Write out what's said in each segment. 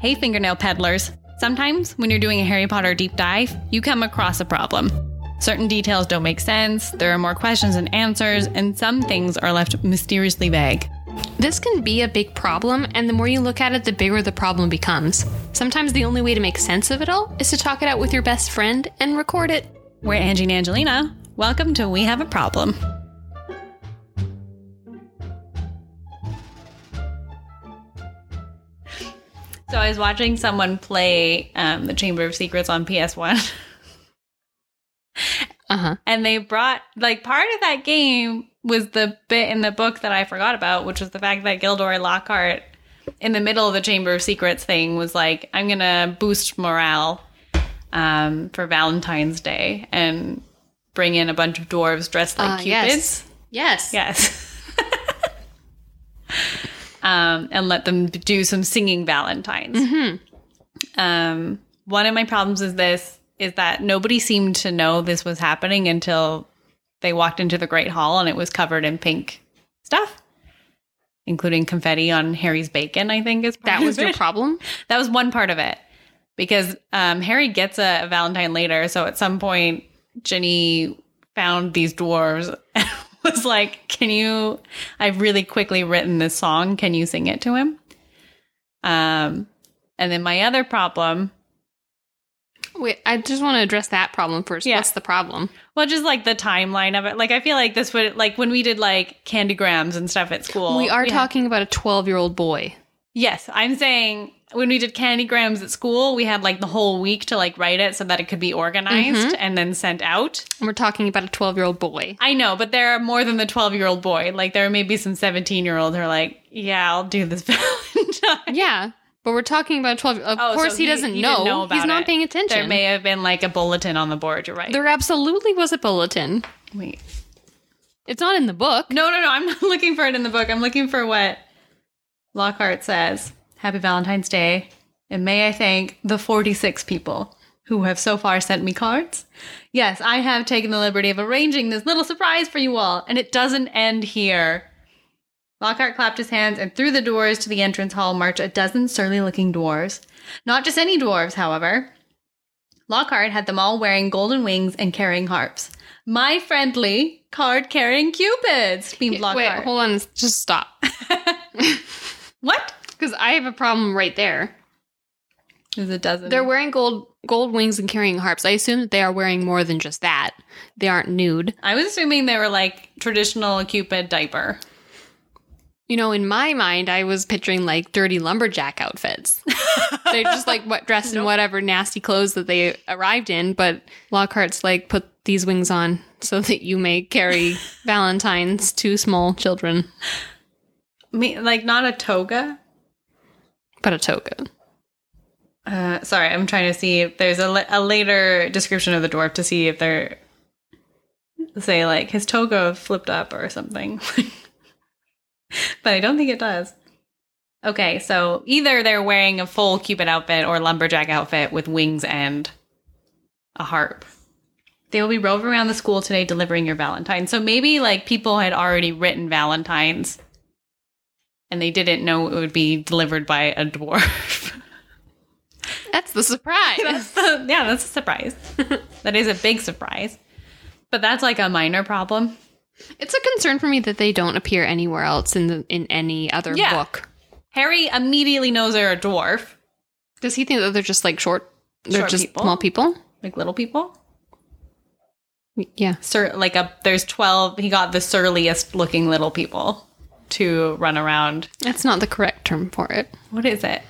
Hey, fingernail peddlers. Sometimes when you're doing a Harry Potter deep dive, you come across a problem. Certain details don't make sense, there are more questions than answers, and some things are left mysteriously vague. This can be a big problem, and the more you look at it, the bigger the problem becomes. Sometimes the only way to make sense of it all is to talk it out with your best friend and record it. We're Angie and Angelina. Welcome to We Have a Problem. So I was watching someone play um, the Chamber of Secrets on PS1, Uh huh. and they brought like part of that game was the bit in the book that I forgot about, which was the fact that Gilderoy Lockhart, in the middle of the Chamber of Secrets thing, was like, "I'm gonna boost morale um, for Valentine's Day and bring in a bunch of dwarves dressed like cupids." yes. Yes. Yes. um, and let them do some singing Valentines. Um, one of my problems is this is that nobody seemed to know this was happening until they walked into the Great Hall and it was covered in pink stuff, including confetti on Harry's bacon. I think is part That was of your it. problem? That was one part of it because um, Harry gets a Valentine later. So at some point, Ginny found these dwarves and was like, Can you? I've really quickly written this song. Can you sing it to him? Um, and then my other problem, Wait, I just want to address that problem first. Yeah. What's the problem? well, just like the timeline of it. Like, I feel like this would, like, when we did like candygrams and stuff at school. we are talking. talking about a 12 year old boy. Yes, I'm saying when we did candy grams at school, we had like the whole week to like write it so that it could be organized Mm-hmm. and then sent out. And we're talking about a 12 year old boy. I know, but there are more than the 12 year old boy. Like there may be some 17 year olds who are like, yeah, I'll do this Valentine. Yeah. But we're talking about a 12 Of Oh, so course, he, doesn't he know. didn't about He's not it. paying attention. There may have been like a bulletin on the board. You're right. there absolutely was a bulletin. Wait. It's not in the book. No, no, no. I'm not looking for it in the book. I'm looking for what Lockhart says. Happy Valentine's Day. And may I thank the 46 people who have so far sent me cards. Yes, I have taken the liberty of arranging this little surprise for you all, and it doesn't end here. Lockhart clapped his hands, and through the doors to the entrance hall marched a dozen surly looking dwarves. Not just any dwarves, however. Lockhart had them all wearing golden wings and carrying harps. My friendly card carrying cupids, beamed Wait, Lockhart. hold on. Just stop. what? Because I have a problem right there. There's a dozen. They're wearing gold gold wings and carrying harps. I assume that they are wearing more than just that. They aren't nude. I was assuming they were like traditional Cupid diaper. You know, in my mind, I was picturing like dirty lumberjack outfits. They're just like what dressed in whatever nasty clothes that they arrived in. But Lockhart's like, put these wings on so that you may carry valentines to small children. Me, like not a toga. But a toga. Uh, sorry, I'm trying to see if there's a, la- a later description of the dwarf to see if they're say like his toga flipped up or something. but I don't think it does. Okay, so either they're wearing a full Cupid outfit or lumberjack outfit with wings and a harp. They will be roving around the school today delivering your Valentine. So maybe like people had already written Valentines and they didn't know it would be delivered by a dwarf. That's the surprise. that's the, yeah, that's a surprise. that is a big surprise. But that's like a minor problem. it's a concern for me that they don't appear anywhere else in the in any other Yeah. book. Harry immediately knows they're a dwarf, Does he think that they're just like short? They're Short just people. small people. like little people. Yeah. Sur- like a there's twelve. He got the surliest looking little people to run around. That's not the correct term for it. What is it?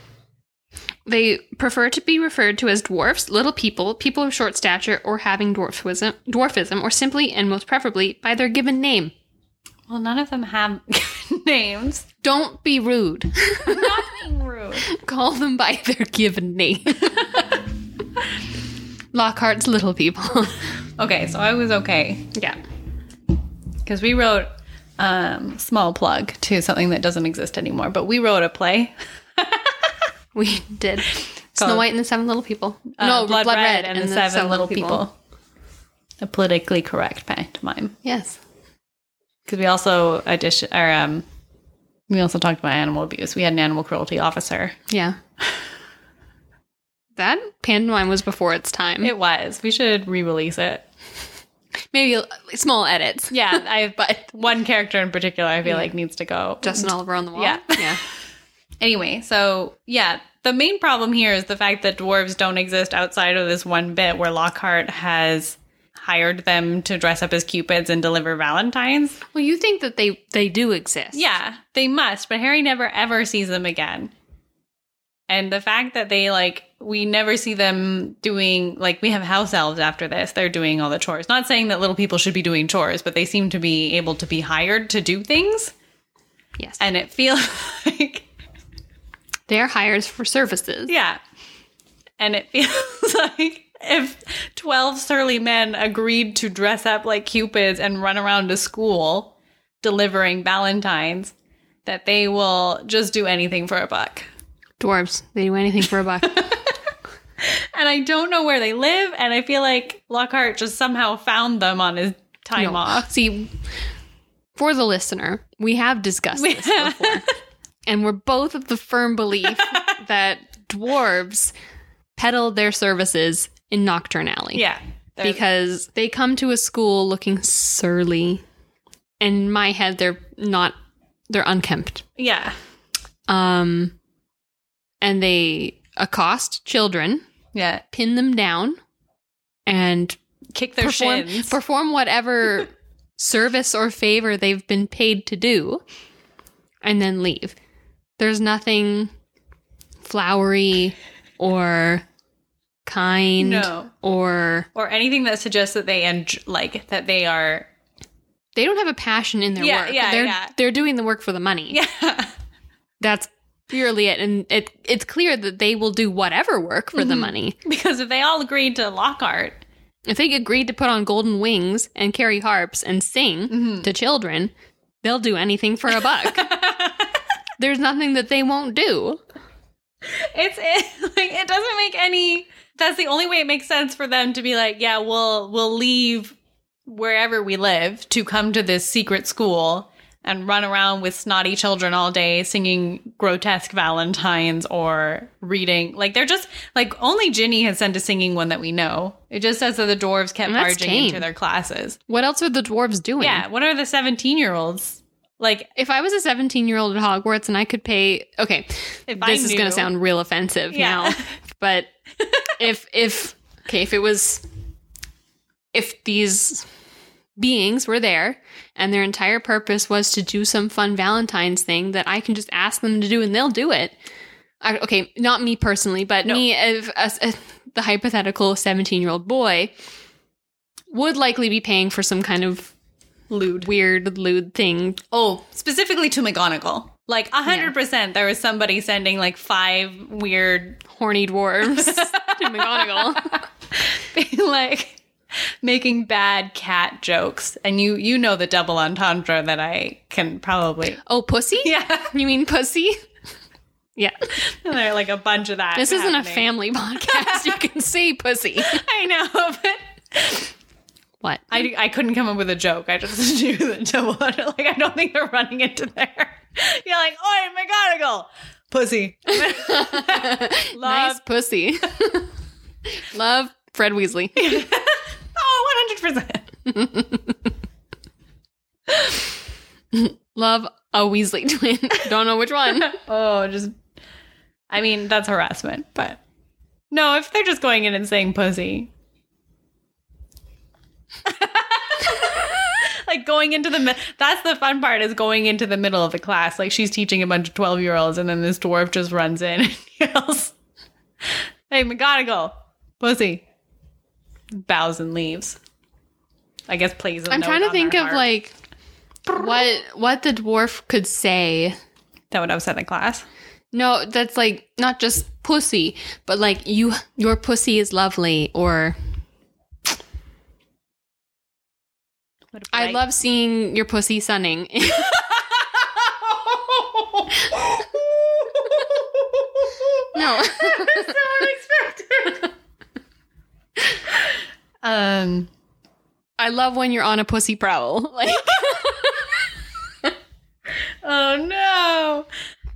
They prefer to be referred to as dwarfs, little people, people of short stature, or having dwarfism, dwarfism, or simply and most preferably by their given name. Well, none of them have names. Don't be rude. Not being rude. Call them by their given name. Lockhart's little people. Okay, so I was okay yeah. because we wrote um, small plug to something that doesn't exist anymore. But we wrote a play We did. Snow Called- White and the Seven Little People. Uh, no, Blood, Red, and, the Seven, Little people. A politically correct pantomime. Yes. Because we also addition or um, we also talked about animal abuse. We had an animal cruelty officer Yeah. That pantomime was before its time. It was. We should re-release it. Maybe l- small edits. Yeah, I but one character in particular I feel like needs to go. Justin Oliver on the wall. Yeah. Yeah. Anyway, so yeah, the main problem here is the fact that dwarves don't exist outside of this one bit where Lockhart has hired them to dress up as cupids and deliver valentines. Well, you think that they they do exist. Yeah, they must, but Harry never ever sees them again. And the fact that they like we never see them doing like we have house elves after this. They're doing all the chores. Not saying that little people should be doing chores, but they seem to be able to be hired to do things Yes. and it feels like They're hires for services. Yeah. And it feels like if 12 surly men agreed to dress up like Cupids and run around to school delivering Valentines, that they will just do anything for a buck. Dwarves. They do anything for a buck. And I don't know where they live, and I feel like Lockhart just somehow found them on his time No. off. See, for the listener, we have discussed this before, and we're both of the firm belief that dwarves peddle their services in Nocturne Alley. Yeah. They're- Because they come to a school looking surly. And in my head, they're not, they're unkempt. yeah. Um, and they accost children, Yeah. pin them down, and Kick their perform shins. perform whatever service or favor they've been paid to do and then leave. There's nothing flowery or kind No. or or anything that suggests that they and like that they are they don't have a passion in their Yeah, work. yeah, they're yeah. they're doing the work for the money. yeah That's purely it and it it's clear that they will do whatever work for the Mm-hmm. money. because if they all agreed to Lockhart If they agreed to put on golden wings and carry harps and sing to children, they'll do anything for a buck. There's nothing that they won't do. It's it, like it doesn't make any. That's the only way it makes sense for them to be like, yeah, we'll we'll leave wherever we live to come to this secret school and run around with snotty children all day singing grotesque valentines or reading. Like they're just like only Ginny has sent a singing one that we know. It just says that the dwarves kept And that's barging tame. into their classes. What else are the dwarves doing? Yeah, what are the seventeen year olds like? If I was a 17 year old at Hogwarts and I could pay, okay, If I this is going knew- to sound real offensive Yeah. now, but if, if, okay, if it was, if these beings were there and their entire purpose was to do some fun Valentine's thing that I can just ask them to do and they'll do it. I, okay, not me personally, but No. me, if, as, as the hypothetical 17 year old boy would likely be paying for some kind of Lewd. weird lewd thing Oh, specifically to McGonagall. Like a hundred percent, there was somebody sending like five weird, horny dwarves to McGonagall. like making bad cat jokes, and you you know the double entendre that I can probably. Oh, pussy? Yeah, You mean pussy? Yeah. there are like a bunch of that. This isn't a happening. family podcast. You can say pussy. I know, but What? I I couldn't come up with a joke. I just knew the double. Like I don't think they're running into there. You're like, oi, McGonagall, pussy. Nice pussy. Love Fred Weasley. Oh, 100%. Love a Weasley twin. Don't know which one. Oh, just. I mean, that's harassment, but. No, if they're just going in and saying pussy. like going into the. mi- That's the fun part is going into the middle of the class. Like she's teaching a bunch of 12 year olds, and then this dwarf just runs in and yells, Hey, McGonagall, pussy. Bows and leaves. I guess plays. i I'm trying to think of like what what the dwarf could say. That would upset the class. No, that's like not just pussy, but like you your pussy is lovely or What a I polite- love seeing your pussy sunning. no. so unexpected. Um, I love when you're on a pussy prowl. Like oh no. Oh,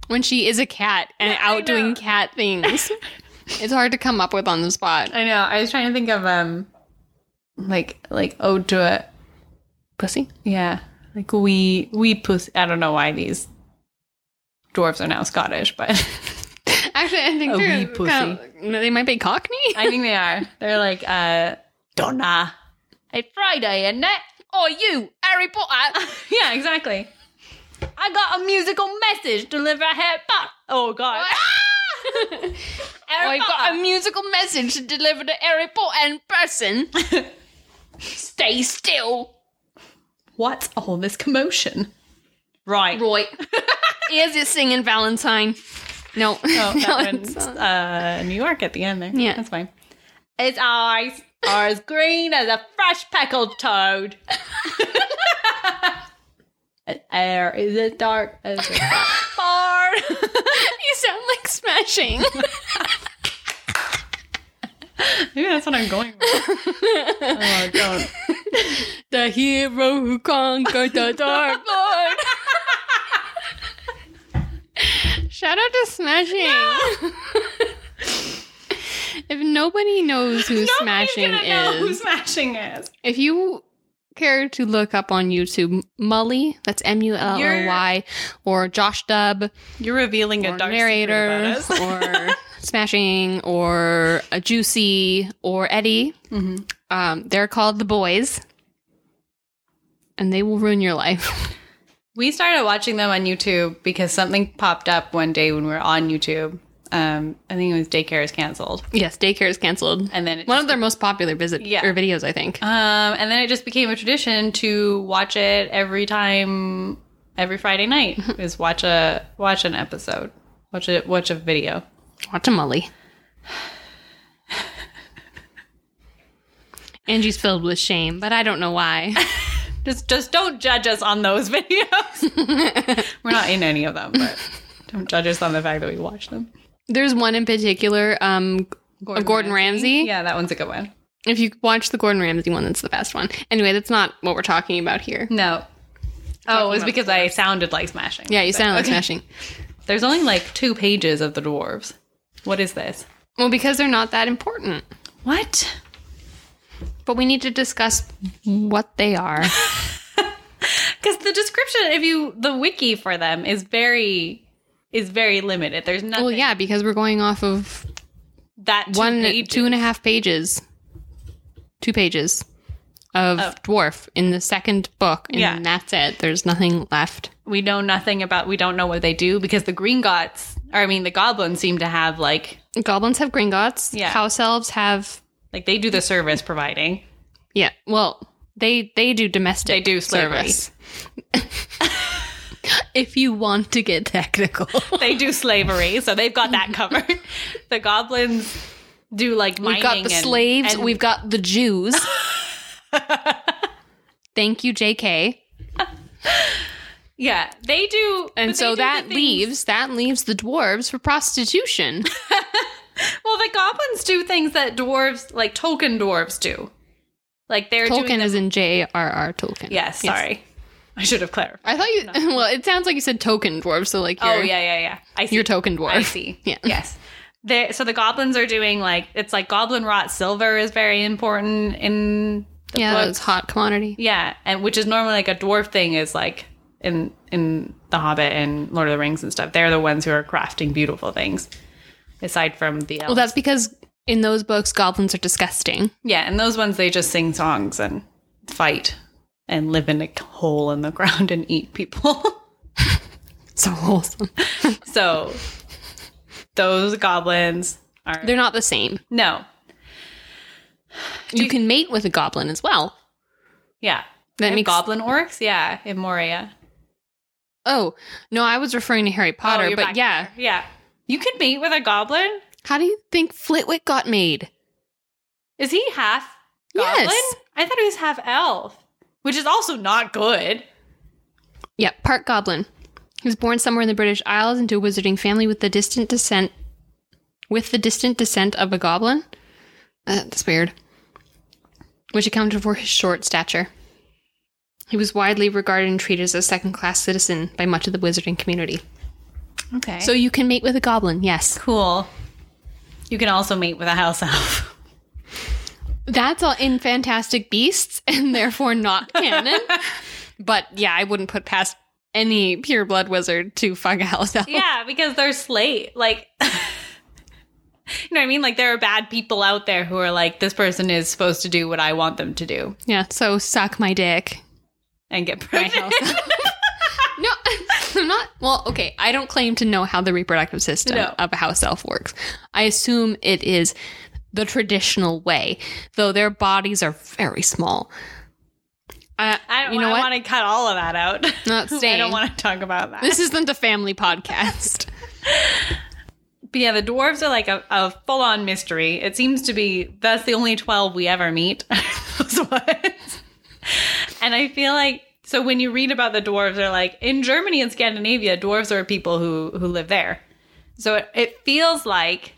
when she is a cat and Yeah, I out doing know. cat things. It's hard to come up with on the spot. I know. I was trying to think of um, like like ode to it. Pussy? Yeah, like we we pussy. I don't know why these dwarves are now Scottish, but Actually, I think A they're wee Oh, pussy. kind of- they might be Cockney. I think they are. They're like uh, Donna. It's Friday, isn't it? Or Oh, you, Harry Potter. Yeah, exactly. I got a musical message deliver here, but oh god, I've Oh, got a musical message to deliver to Harry Potter in person. Stay still. what's all this commotion? Right. Roy. Here's your singing Valentine. No. Oh, that one's Valentine. uh, New York at the end there. Yeah. That's fine. Its eyes are as green as a fresh peckled toad. Its air is as dark as a bar. you sound like smashing. Maybe that's what I'm going with. Oh, don't. the hero who conquered the dark lord. Shout out to Smashing. if nobody knows who Smashing Nobody's gonna know is, who smashing is. if you care to look up on YouTube, Mully, that's M U L L Y, or Josh Dub, You're revealing or narrator, or Smashing, or a Juicy, or Eddie. Um, they're called the Boys, and they will ruin your life. We started watching them on YouTube because something popped up one day when we were on YouTube. Um, I think it was daycare is canceled, yes, daycare is canceled. and then it One of their most popular visit Yeah. or videos, I think. Um, and then it just became a tradition to watch it every time, every Friday night is watch a watch an episode, watch it watch a video. Watch a Mully. Angie's filled with shame, but I don't know why. Just just don't judge us on those videos. We're not in any of them, but don't judge us on the fact that we watch them. There's one in particular um, of Gordon Ramsay. Yeah, that one's a good one. If you watch the Gordon Ramsay one, that's the best one. Anyway, that's not what we're talking about here. No. Oh, it was about because I sounded like smashing. Yeah, you So- sound like okay. smashing. There's only like two pages of the dwarves. What is this? Well, because they're not that important. What? But we need to discuss what they are. because the description if you the wiki for them is very is very limited there's nothing well, yeah, because we're going off of that two one, pages. two and a half pages, two pages of Oh. Dwarf in the second book, and Yeah. that's it. There's nothing left. we know nothing about we don't know what they do because the green gots or i mean the goblins seem to have like Goblins have Gringotts. Yeah. House elves have like they do the service providing Yeah. Well, they they do domestic. They do slavery. service. if you want to get technical, they do slavery so they've got that covered the goblins do like mining we've got the and- slaves. and- we've got the Jews. Thank you, J.K. yeah they do And but they so do the that things- leaves that leaves the dwarves for prostitution. well the goblins do things that dwarves like token dwarves do like they're doing Tolkien is in J.R.R. Tolkien. yes sorry i should have clarified I thought you. Well, it sounds like you said token dwarf. So like, you're, Oh yeah, yeah, yeah. I see. you're token dwarf. I see. Yeah. Yes. They, so the goblins are doing like it's like goblin wrought silver is very important in the yeah, book. that's hot commodity. Yeah, and which is normally like a dwarf thing is like in in The Hobbit and Lord of the Rings and stuff. They're the ones who are crafting beautiful things. Aside from the elves. Well, that's because in those books, goblins are disgusting. yeah, and those ones they just sing songs and fight and live in a hole in the ground and eat people. So wholesome. so those goblins are They're not the same. no, You can mate with a goblin as well. yeah. That And makes goblin orcs, yeah, in Moria. oh no, I was referring to Harry Potter, Oh, you're but back yeah. there. yeah, you could mate with a goblin. How do you think Flitwick got made? Is he half goblin? Yes. I thought he was half elf, which is also not good. Yeah, part goblin. He was born somewhere in the British Isles into a wizarding family with the distant descent with the distant descent of a goblin. Uh, that's weird. Which accounted for his short stature. He was widely regarded and treated as a second class citizen by much of the wizarding community. Okay, So you can mate with a goblin, yes. cool. You can also mate with a house elf. That's all in Fantastic Beasts and therefore not canon. but yeah, I wouldn't put past any pure blood wizard to fuck a house elf. yeah, because they're slate. Like, you know what I mean? Like, there are bad people out there who are like, this person is supposed to do what I want them to do Yeah, so suck my dick. and get My pregnant. house. no, I'm not. Well, okay, I don't claim to know how the reproductive system No. of a house elf works. I assume it is the traditional way, though their bodies are very small. I, I don't you know what? want to cut all of that out. Not I staying. don't want to talk about that. This isn't a family podcast. But yeah, the dwarves are like a, a full on mystery. It seems to be that's the only 12 we ever meet. Those ones. and I feel like so when you read about the dwarves, they're like in Germany and Scandinavia, dwarves are people who who live there. So it, it feels like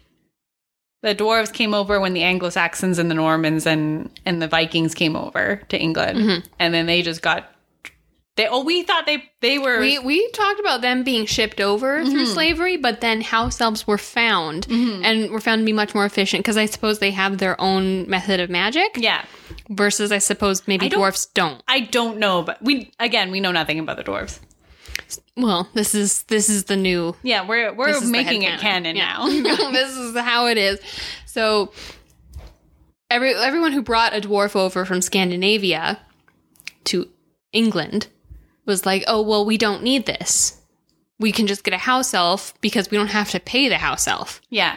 the dwarves came over when the Anglo Saxons and the Normans and and the Vikings came over to England, and then they just got they oh we thought they they were We we talked about them being shipped over Mm-hmm. through slavery, but then house elves were found and were found to be much more efficient because I suppose they have their own method of magic yeah versus I suppose maybe I don't- dwarfs don't. I don't know but we again we know nothing about the dwarves. Well, this is this is the new Yeah, we're this we're is the making it canon headcanon. Yeah. now. this is how it is. So every everyone who brought a dwarf over from Scandinavia to England was like, "Oh, well, we don't need this. We can just get a house elf because we don't have to pay the house elf." Yeah.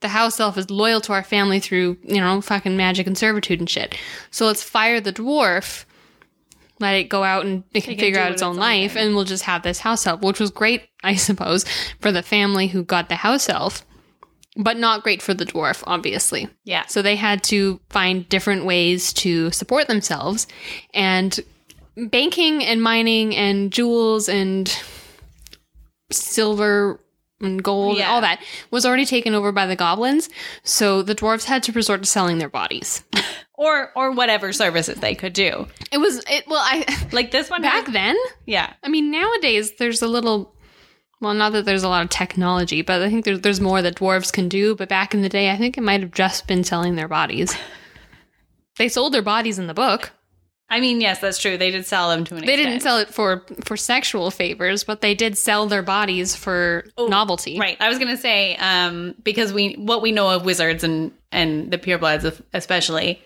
the house elf is loyal to our family through, you know, fucking magic and servitude and shit. So let's fire the dwarf, let it go out and it can can figure do out what its own its own life, and we'll just have this house elf, which was great, I suppose, for the family who got the house elf, but not great for the dwarf, obviously. Yeah. So they had to find different ways to support themselves. And banking and mining and jewels and silver and gold and Yeah. all that was already taken over by the goblins. So the dwarves had to resort to selling their bodies. Or or whatever services they could do. It was it well I Like this one back then, Yeah. I mean nowadays there's a little well, not that there's a lot of technology, but I think there's there's more that dwarves can do. But back in the day, I think it might have just been selling their bodies. They sold their bodies in the book. I mean, yes, that's true. They did sell them to an They didn't sell it for for sexual favors, but they did sell their bodies for novelty. Oh, Right. I was going to say um because we what we know of wizards and and the purebloods of- especially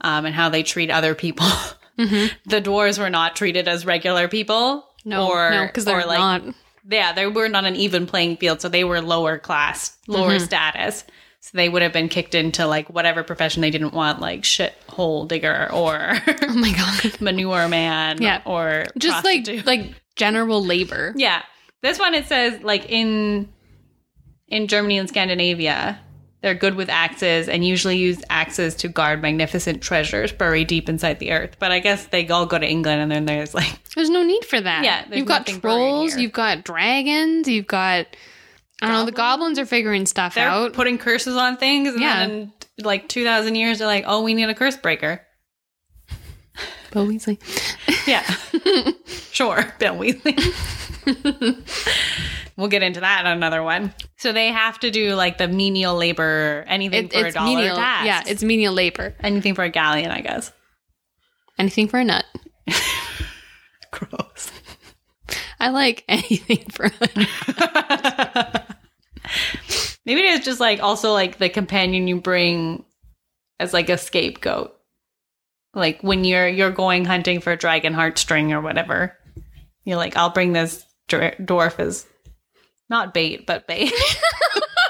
um and how they treat other people. Mm-hmm. the dwarves were not treated as regular people. No, or because they're or like not. yeah, they were not an even playing field, so they were lower class, lower Mm-hmm. status. So they would have been kicked into like whatever profession they didn't want, like shit hole digger or Oh my god! manure man, Yeah. or Just prostitute. like like general labor. yeah. This one it says like in in Germany and Scandinavia, they're good with axes and usually use axes to guard magnificent treasures buried deep inside the earth. But I guess they all go to England and then there's like There's no need for that. Yeah, there's you've got nothing buried trolls, here. you've got dragons, you've got. I don't know. The goblins are figuring stuff they're out. putting curses on things and Yeah. then in like 2000 years they're like oh we need a curse breaker Bill Weasley. yeah sure bill weasley we'll get into that on another one so they have to do like the menial labor anything It- for a it's dollar menial. task Yeah, it's menial labor. anything for a galleon i guess Anything for a nut. gross I like anything for. a nut. maybe it's just like also like the companion you bring as like a scapegoat like when you're you're going hunting for dragon heartstring or whatever you're like i'll bring this dr- dwarf as not bait but bait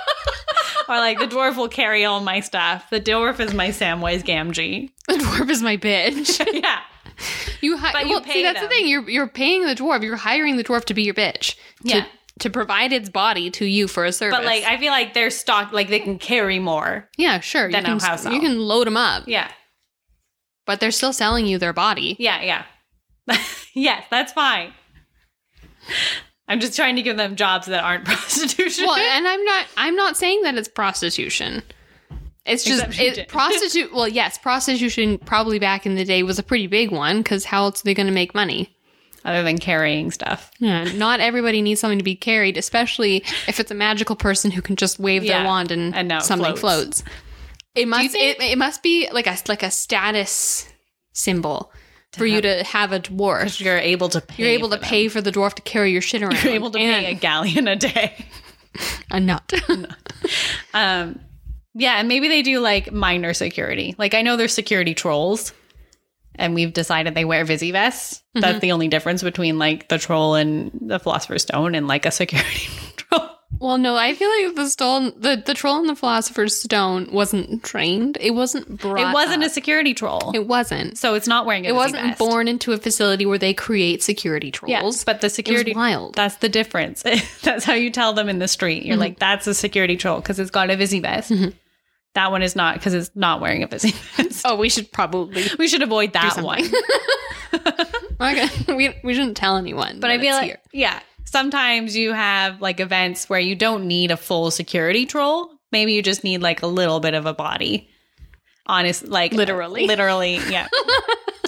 or like the dwarf will carry all my stuff the dwarf is my samwise gamgee The dwarf is my bitch. yeah You hi- But you well, see pay that's them. the thing. You're you're paying the dwarf. You're hiring the dwarf to be your bitch. to- Yeah. To, provide its body to you for a service. but like i feel like they're stocked like they can carry more yeah, sure. You Then can, I'll house you elf. can load them up, yeah but they're still selling you their body. Yeah, yeah. yes, that's fine. I'm just trying to give them jobs that aren't prostitution. Well, and I'm not. I'm not saying that it's prostitution. It's Except just you it, did. prostitute. Well, yes, prostitution probably back in the day was a pretty big one because how else are they going to make money? other than carrying stuff. Yeah, not everybody needs something to be carried, especially if it's a magical person who can just wave Yeah, their wand and, and now it something floats. floats. It must think- it, it must be like a like a status symbol for you to have a dwarf. You're able to pay. You're able to for them. pay for the dwarf to carry your shit around. You're able to pay a and galleon a day. a nut. Um, yeah, and maybe they do like minor security. Like I know there's security trolls, and we've decided they wear busy vests. Mm-hmm. That's the only difference between like the troll and the philosopher's stone and like a security troll. well, no, I feel like the stone, the, the troll in the philosopher's stone wasn't trained. It wasn't brought. It wasn't a up. security troll, It wasn't. so it's not wearing a It busy wasn't vest. born into a facility where they create security trolls. Yes, but the security wild. That's the difference. that's how you tell them in the street. You're like, that's a security troll because it's got a busy vest. That one is not because it's not wearing a busy vest. oh, we should probably We should avoid that one. We're not gonna- we, we shouldn't tell anyone. But I feel like, here. yeah, sometimes you have like events where you don't need a full security troll. Maybe you just need like a little bit of a body. Honest, like Literally. literally, yeah,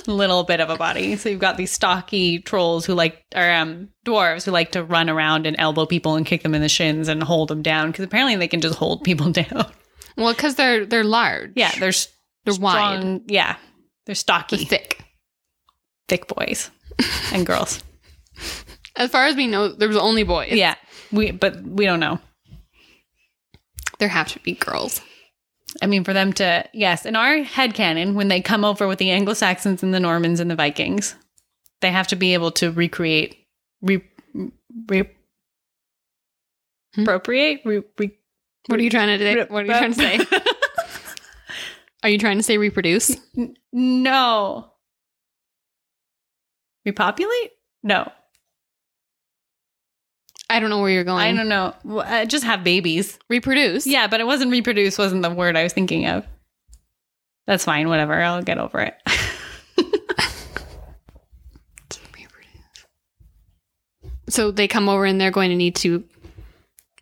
little bit of a body. So you've got these stocky trolls who like, or um, dwarves who like to run around and elbow people and kick them in the shins and hold them down because apparently they can just hold people down. well, because they're they're large. Yeah, they're s- they're wide, strong. Yeah, they're they're stocky, thick. thick boys and girls. As far as we know, there was only boys. Yeah, we but we don't know. there have to be girls. I mean, for them to, yes, in our headcanon, when they come over with the Anglo Saxons and the Normans and the Vikings, they have to be able to recreate, re, re, Hmm? appropriate, re, re, What are you trying to do? Rip- What are you trying to say? Are you trying to say reproduce? no. Repopulate? No. I don't know where you're going. I don't know. Well, uh, just have babies. reproduce. Yeah, but it wasn't reproduce, wasn't the word I was thinking of. That's fine, whatever. I'll get over it. Reproduce. So they come over and they're going to need to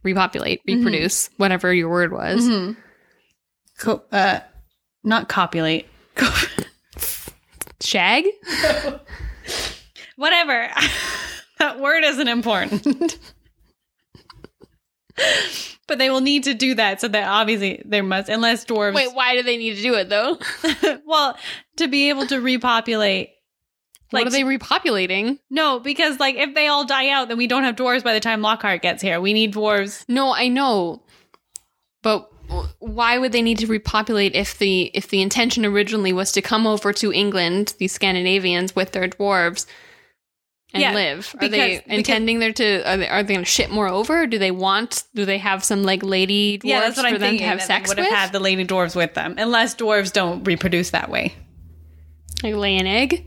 repopulate, Mm-hmm. reproduce, whatever your word was. Co- uh, not copulate. Shag. whatever. that word isn't important. but they will need to do that so that obviously there must unless dwarves Wait, why do they need to do it though? well to be able to repopulate what are they repopulating? no because like if they all die out then we don't have dwarves by the time lockhart gets here we need dwarves No, I know, but w- why would they need to repopulate if the if the intention originally was to come over to England, the Scandinavians, with their dwarves and Yeah, live? Are they because- because- intending there to are they, are they going to ship more over? Or do they want? Do they have some like lady dwarves yeah that's what for i'm them thinking to have that sex they with? would have had the lady dwarves with them unless dwarves don't reproduce that way like lay an egg.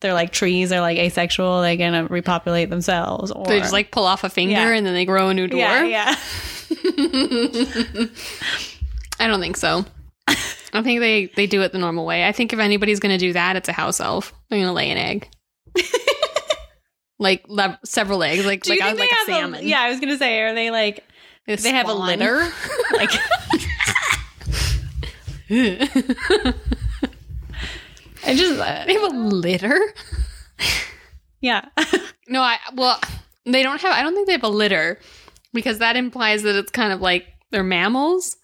they're like trees they're like asexual they're gonna repopulate themselves or They just like pull off a finger Yeah. and then they grow a new dwarf. yeah yeah I don't think so. I think they they do it the normal way. I think if anybody's going to do that, it's a house elf. They're going to lay an egg, like le- several eggs, like Do like you a, think like they a have salmon. yeah, I was gonna say, are they like Like a they have a swan. litter? like, I just They uh, have a litter. yeah. No, I well, they don't have. I don't think they have a litter because that implies that it's kind of like they're mammals.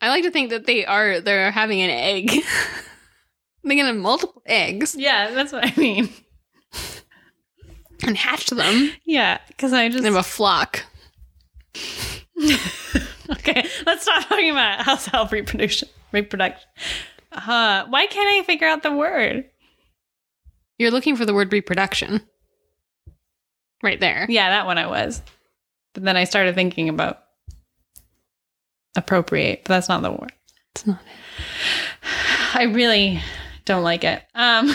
I like to think that they are. They're having an egg. they're gonna have multiple eggs yeah, that's what I mean. and hatch them. Yeah, because I just They have a flock. okay. Let's stop talking about house elf reproduction. Reproduction. Uh, why can't I figure out the word? You're looking for the word reproduction. Right there. Yeah, that one I was, but then I started thinking about appropriate, but that's not the word. It's not it. I really don't like it. Um,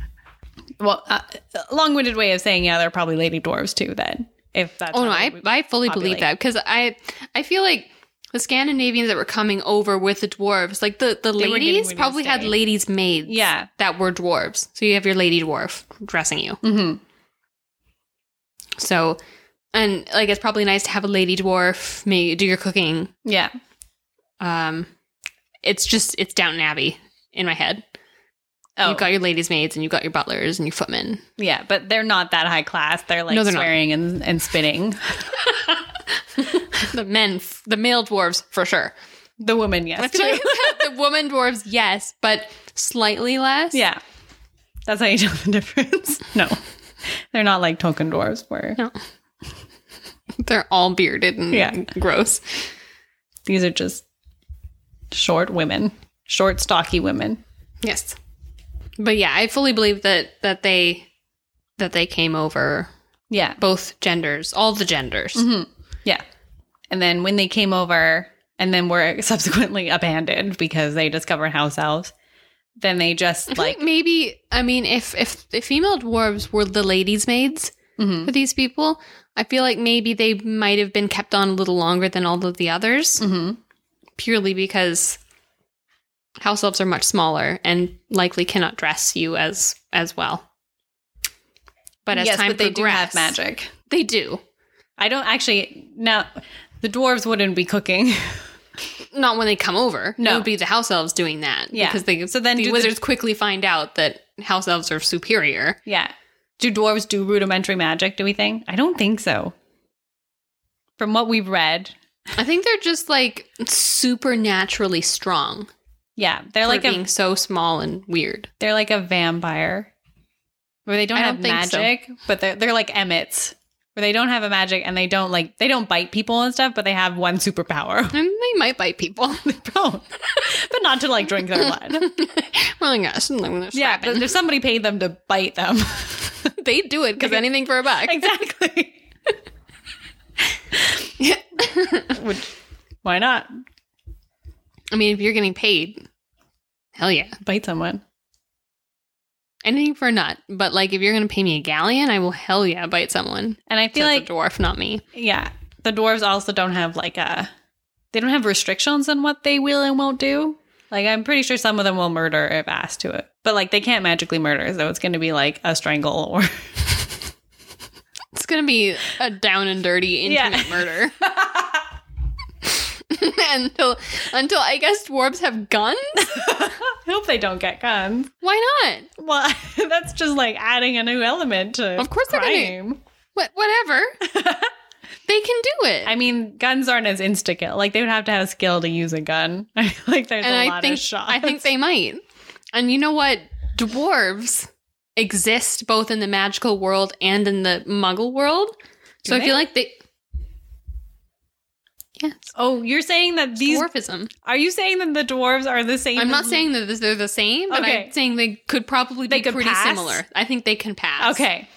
well, uh, a long-winded way of saying, yeah, they're probably lady dwarves too. Then, if that's Oh how no, they I, would- I fully populate. believe that because I I feel like the Scandinavians that were coming over with the dwarves, like the, the were getting ladies probably women's had day. ladies' maids Yeah. that were dwarves. So you have your lady dwarf dressing you. Mhm. So and like it's probably nice to have a lady dwarf may do your cooking. yeah, Um it's just it's Downton Abbey in my head. Oh. You've got your ladies' maids and you've got your butlers and your footmen. Yeah, but they're not that high class. They're like No, they're not. swearing and, and spitting. The men, f- the male dwarves, for sure. The woman, yes. too. the woman dwarves, yes, but slightly less. yeah. That's how you tell the difference. No. They're not like token dwarves were. No. They're all bearded and Yeah. gross. These are just short women. Short, stocky women. Yes. But yeah, I fully believe that that they that they came over Yeah. both genders, all the genders. Yeah. And then when they came over and then were subsequently abandoned because they discovered house elves, then they just I think like maybe I mean if if if female dwarves were the ladies' maids Mhm. for these people, I feel like maybe they might have been kept on a little longer than all of the others, Mhm. purely because house elves are much smaller and likely cannot dress you as as well. But as yes, time but they do have progressed- magic. They do. I don't actually now the dwarves wouldn't be cooking. Not when they come over. No. It would be the house elves doing that. Yeah. Because they So then do the the- wizards quickly find out that house elves are superior. Yeah. Do dwarves do rudimentary magic, do we think? I don't think so. From what we've read. I think they're just like supernaturally strong. Yeah. They're They're like like being a so small and weird. they're like a vampire. Where they don't I have don't think so. magic, but they're they're like Emmets. Where they don't have a magic and they don't like they don't bite people and stuff, but they have one superpower. And they might bite people. Don't. but not to like drink their blood. well, yes, they're yeah, but if somebody paid them to bite them. they do it because anything for a buck. exactly. Which why not? I mean, if you're getting paid, hell yeah, Bite someone. anything for a nut. But like, if you're gonna pay me a galleon, I will hell yeah bite someone. And I feel That's like a dwarf, not me. Yeah. The dwarves also don't have like a they don't have restrictions on what they will and won't do. Like I'm pretty sure some of them will murder if asked to it. But like they can't magically murder, so it's gonna be like a strangle or It's gonna be a down and dirty intimate murder. until until I guess dwarves have guns. I hope they don't get guns. Why not? Well that's just like adding a new element to Of course they're gonna- crime. What whatever. they can do it. I mean, guns aren't as insta kill. Like they would have to have skill to use a gun. I feel like there's and a I lot think of shots. I think they might. And you know what? Dwarves exist both in the magical world and in the Muggle world. Do so I they? feel like they. Yes, Oh, you're saying that these dwarfism. are you saying that the dwarves are the same? I'm not as- saying that this- they're the same, but Okay. I'm saying they could probably They be could pretty pass? similar. I think they can pass. Okay.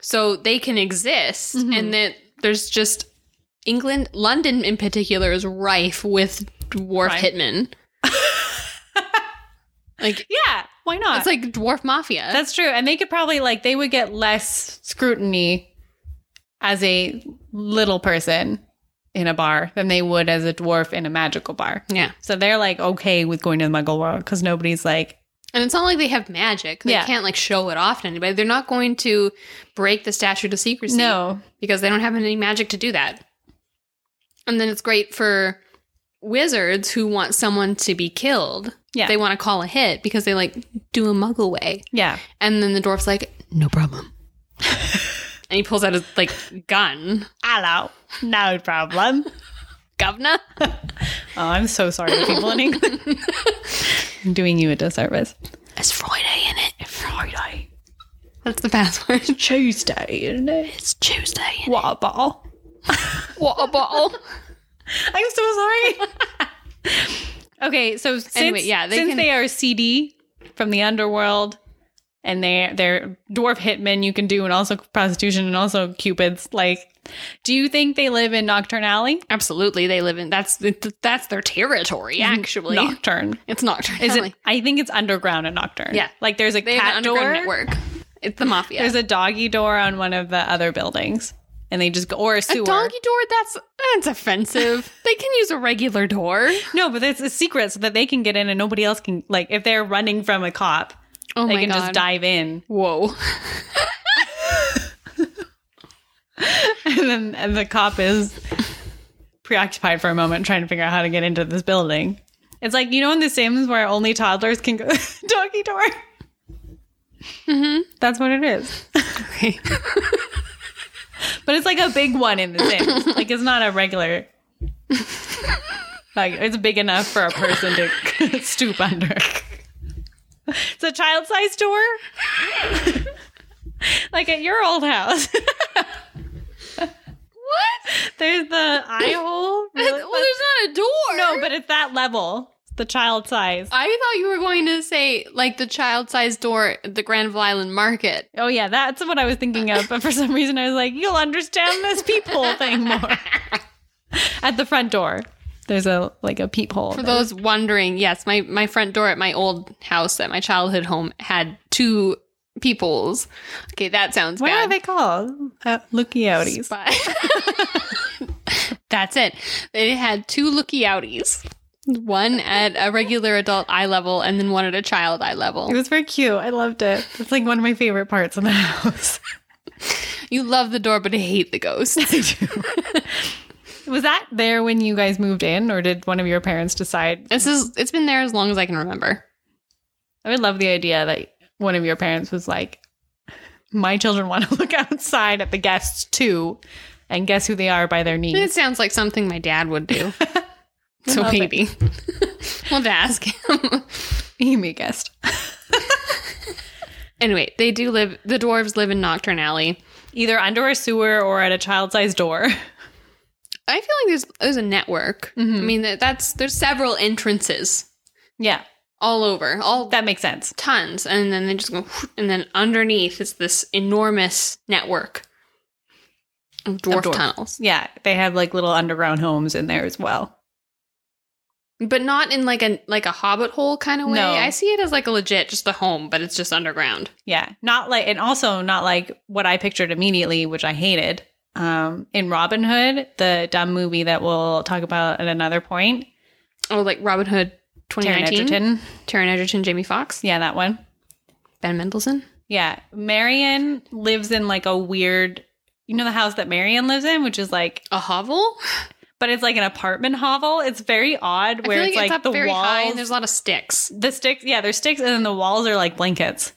so they can exist, Mm-hmm. and that there's just England, London in particular, is rife with dwarf Right. hitmen. like Yeah. Why not? it's like dwarf mafia. That's true. And they could probably like they would get less scrutiny as a little person in a bar than they would as a dwarf in a magical bar. yeah. So they're like okay with going to the muggle world because nobody's like And it's not like they have magic. They Yeah. can't like show it off to anybody. They're not going to break the statute of secrecy no. because they don't have any magic to do that. And then it's great for wizards who want someone to be killed. Yeah. They want to call a hit because they like do a muggle way. Yeah. And then the dwarf's like, no problem. and he pulls out his like gun. Hello. No problem. Governor? Oh, I'm so sorry to people in England. I'm doing you a disservice. It's Friday in it. Friday. That's the password. Tuesday, isn't it? It's Tuesday. Water bottle. What a bottle. I'm so sorry. okay, so since, Anyway, yeah, they since can- they are CD from the underworld and they they're dwarf hitmen you can do and also prostitution and also cupids like do you think they live in nocturne alley? Absolutely, they live in that's that's their territory. Actually, Nocturne. it's nocturnal. Is it I think it's underground in nocturne. Yeah. Like there's a They have an cat door. underground network. It's the mafia. There's a doggy door on one of the other buildings. And they just go or a sewer. doggy door. That's that's offensive. they can use a regular door. no, but it's a secret so that they can get in and nobody else can like if they're running from a cop, Oh they my can god! just dive in Whoa! And then and the cop is preoccupied for a moment trying to figure out how to get into this building. It's like, you know, in The Sims where only toddlers can go doggy door. Mm-hmm. That's what it is. Okay. But it's like a big one in the Sims. like it's not a regular. like it's big enough for a person to stoop under. It's a child-sized door. like at your old house. What? There's the eye hole. well, there's not a door. no, but it's that level. It's the child size. I thought you were going to say like the child-sized door at the Granville Island Market. Oh yeah, that's what I was thinking of. But for some reason, I was like, "You'll understand this peephole thing more." At the front door, there's a like a peephole. For those wondering, yes, my my front door at my old house at my childhood home had two peepholes. Okay, that sounds what bad. are they called? Uh, Lookouties. But- that's it. It had two looky outies. One at a regular adult eye level and then one at a child eye It level. was very cute. I loved it. It's like one of my favorite parts of the house. You love the door but hate the ghost. was that there when you guys moved in, or did one of your parents decide? this is it's been there as long as I can remember. I would love the idea that one of your parents was like, "My children want to look outside at the guests too, and guess who they are by their knees." It sounds like something my dad would do. so Love it. maybe. we'll have to ask him. Amy guessed. anyway, they do live the dwarves live in Nocturne Alley. either under a sewer or at a child-sized door. I feel like there's there's a network. Mm-hmm. I mean that, that's there's several entrances Yeah, all over. All that makes sense. tons and then they just go whoosh, and then underneath is this enormous network of dwarf, dwarf. tunnels Yeah, they have like little underground homes in there as well. but not in like a like a hobbit hole kind of way No. i see it as like a legit just a home but it's just underground Yeah, not like and also not like what I pictured immediately, which I hated. Um, in Robin Hood, the dumb movie that we'll talk about at another point, oh like robin hood Taryn 2019 Edgerton. Taryn Edgerton, Jamie Foxx, Yeah, that one. Ben Mendelsohn. Yeah, Marion lives in like a weird, you know, the house that Marion lives in, which is like, A hovel? but it's like an apartment hovel. It's very odd where I feel it's like up the very walls. high and there's a lot of sticks. the sticks, yeah, there's sticks, and then the walls are like blankets.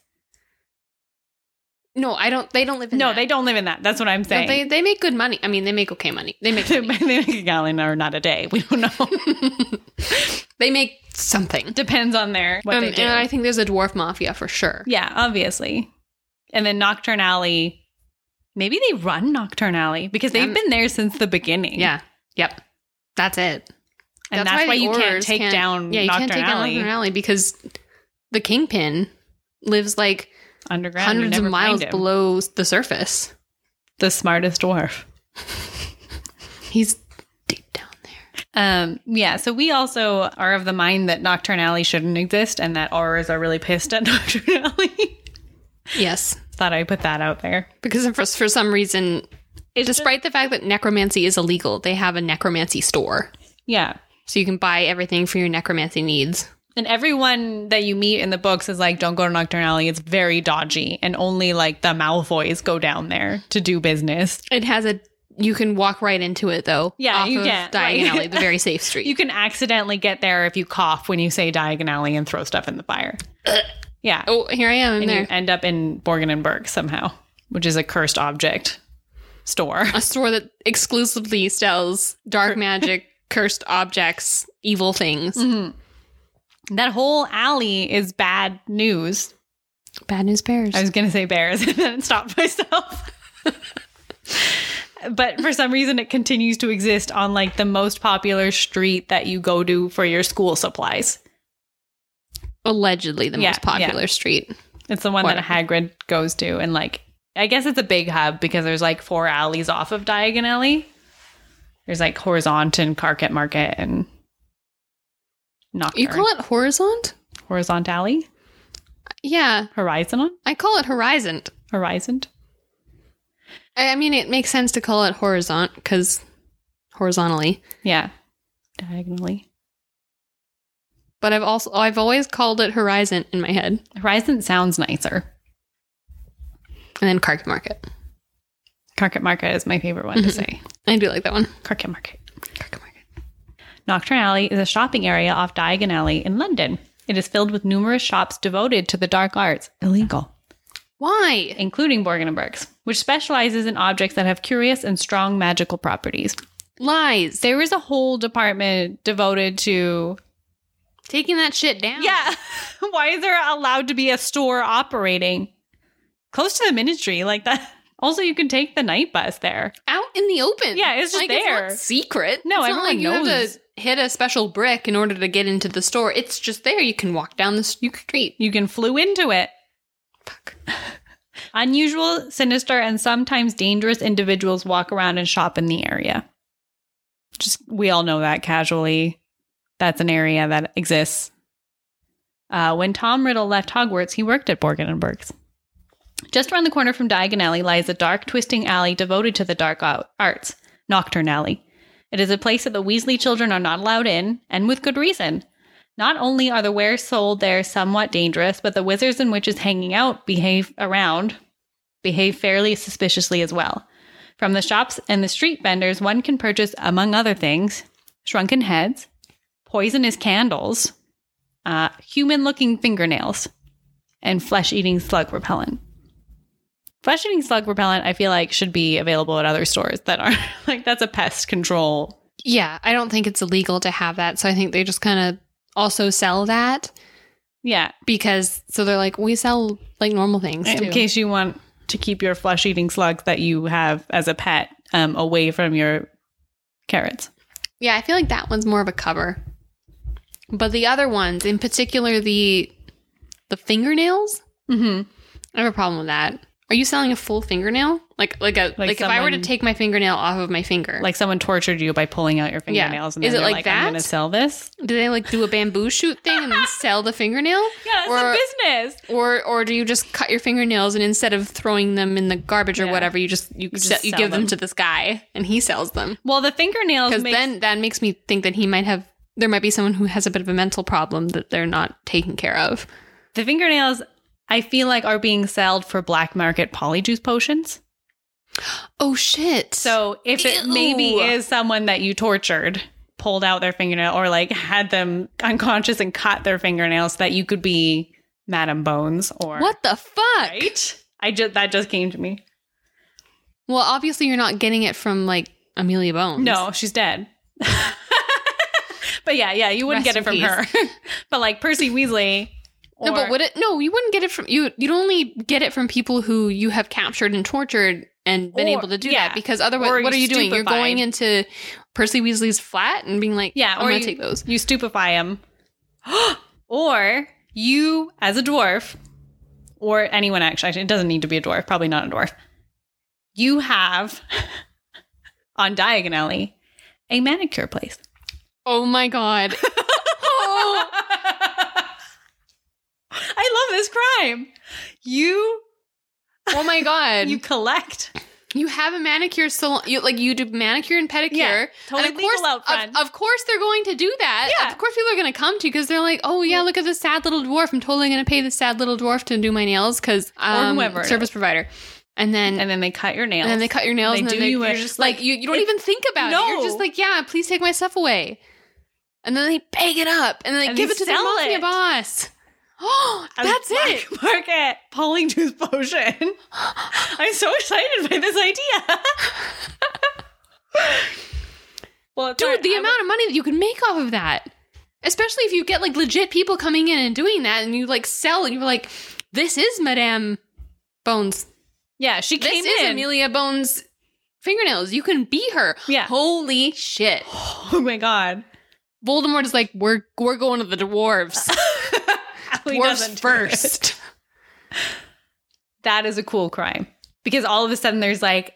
No, I don't. They don't live in. No, that. they don't live in that. That's what I'm No, saying. They they make good money. I mean, they make okay money. They make they, money. make a gallon or not a day. We don't know. they make something. Depends on their what Um, they do. and I think there's a dwarf mafia for sure. yeah, obviously. And then Nocturne Alley. Maybe they run Nocturne Alley because they've Um, been there since the beginning. Yeah. Yep. That's it. and that's, why, the you can't Aurors take down Yeah, you Nocturne can't take Alley down Nocturne Alley because the kingpin lives like underground. You hundreds of never find miles him. below the surface. the smartest dwarf. He's deep down there. Um, yeah, so we also are of the mind that Nocturne Alley shouldn't exist and that auras are really pissed at Nocturne Alley. Yes, Thought I put that out there. because for for some reason, despite the fact that necromancy is illegal, they have a necromancy store, Yeah. so you can buy everything for your necromancy needs. And everyone that you meet in the books is like, don't go to Nocturne Alley. It's very dodgy. And only like the Malfoys go down there to do business. It has a you can walk right into it though. Yeah, off you of can, Diagon like- Alley, the very safe street. You can accidentally get there if you cough when you say Diagon Alley and throw stuff in the fire. yeah. oh, here I am. I'm and there. you end up in Borgin and Burke somehow, which is a cursed object store. a store that exclusively sells dark magic, cursed objects, evil things. Mm-hmm. that whole alley is bad news. Bad news bears. I was going to say bears and then stopped myself. but for some reason, it continues to exist on like the most popular street that you go to for your school supplies. Allegedly the Yeah, most popular street. It's the one that Whatever. Hagrid goes to. And like, I guess it's a big hub because there's like four alleys off of Diagon Alley. There's like Horizont and Carket Market and Nocturne. You call it horizont? Horizont Alley? Yeah, Horizon? I call it horizon. Horizon? I, I mean, it makes sense to call it horizont because horizontally. Yeah. Diagonally. But I've also I've always called it horizon in my head, and Horizon sounds nicer. then Carket Market. Carket Market is my favorite one to say. I do like that one. Carket Market. Carket Mm-hmm. Market. Nocturne Alley is a shopping area off Diagon Alley in London. It is filled with numerous shops devoted to the dark arts, illegal. Why? including Borgin and Burks, which specializes in objects that have curious and strong magical properties. Lies. There is a whole department devoted to Taking that shit down. Yeah. Why is there allowed to be a store operating close to the ministry like that? Also, you can take the night bus there. Out in the open. Yeah, it's just like, there. It's not secret. No, it's not everyone like you have knows. to hit a special brick in order to get into the store. It's just there. You can walk down the street. You can flew into it. Fuck. Unusual, sinister, and sometimes dangerous individuals walk around and shop in the area. Just we all know that casually. That's an area that exists. Uh, when Tom Riddle left Hogwarts, he worked at Borgin and Burks. Just around the corner from Diagon Alley lies a dark, twisting alley devoted to the dark out- arts, Nocturne Alley. It is a place that the Weasley children are not allowed in, and with good reason. Not only are the wares sold there somewhat dangerous, but the wizards and witches hanging out behave around behave fairly suspiciously as well. From the shops and the street vendors, one can purchase, among other things, shrunken heads, poisonous candles, uh, human looking fingernails, and flesh eating slug repellent. Flesh eating slug repellent, I feel like, should be available at other stores that are like that's a pest control. Yeah, I don't think it's illegal to have that. So I think they just kind of also sell that Yeah, because so they're like, we sell like normal things in too. case you want to keep your flesh eating slugs that you have as a pet um, away from your carrots. Yeah, I feel like that one's more of a cover. But the other ones, in particular the the fingernails, Mm-hmm. I have a problem with that. Are you selling a full fingernail? Like like a like, if I were to someone- take my fingernail off of my finger. Like like someone tortured you by pulling out your Yeah. fingernails and Is then it they're like like, I'm that? gonna sell this. do they like do a bamboo shoot thing and then sell the fingernail? Yeah, Or- business. Or or do you just cut your fingernails and instead of throwing them in the garbage or Yeah. whatever, you just you just se- you sell give them. them. to this guy and he sells them? Well the fingernails Because makes, then that makes me think that he might have there might be someone who has a bit of a mental problem that they're not taken care of. the fingernails I feel like are being sold for black market polyjuice potions. Oh shit! So if it Ew. maybe is someone that you tortured pulled out their fingernail or like had them unconscious and cut their fingernails that you could be Madam Bones or what the fuck? right? I just that just came to me. Well, obviously you're not getting it from like Amelia Bones. No, she's dead. but yeah, yeah, you wouldn't Rest get it from in her. but like Percy Weasley. no, but or- would it? No, you wouldn't get it from you. You'd only get it from people who you have captured and tortured and been Or- able to do yeah. that. Because otherwise, Or what are you doing? You're stupefied. going into Percy Weasley's flat and being like, Yeah, I'm or gonna you- take those." you stupefy him. or you, as a dwarf, or anyone actually, actually, it doesn't need to be a dwarf, probably not a dwarf. You have on Diagon Alley a manicure place. Oh my god! oh, I love this crime. You oh my god! you you, collect have a manicure salon. You like you do manicure and pedicure. Yeah, totally and of course, legal out of- front. Of, course, they're going to do that. Yeah. Mm. Of course, people are going to come to you because they're like, "Oh yeah, look at this sad little dwarf. I'm totally going to pay this sad little dwarf to do my nails because um, whoever it service provider." And then and, and then they cut your nails. then they cut your nails They and then do they, you you're a- just like, like, you, you don't it- even think about it. You're No. just like, "Yeah, please take my stuff away." And then they bag it up and then they And give they it to their sell mafia it. boss. Oh, as that's it. black Market polling tooth potion. I'm so excited by this idea. well, it's Dude, hard- the I amount of money that you can make off of that. Especially if you get like legit people coming in and doing that and you like sell and you're like, this is Madame Bones. would- yeah, she This came is in. Amelia Bones fingernails. You can be her. Yeah. Holy shit. oh my god, Voldemort is like, we're we're going to the dwarves. Allie doesn't do dwarves it. first. That is a cool crime because all of a sudden there's like,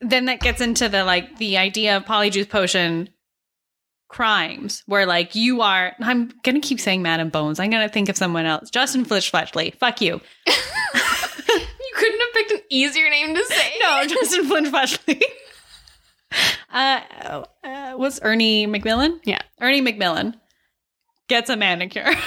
then that gets into the like the idea of polyjuice potion crimes where like you are. I'm gonna keep saying Madam Bones. I'm gonna think of someone else. Justin Flitch Fletchley. Fuck you. you couldn't have picked an easier name to say. No, Justin Flynn Fleshley. Uh, uh, what's Ernie McMillan? Yeah. Ernie McMillan gets a manicure.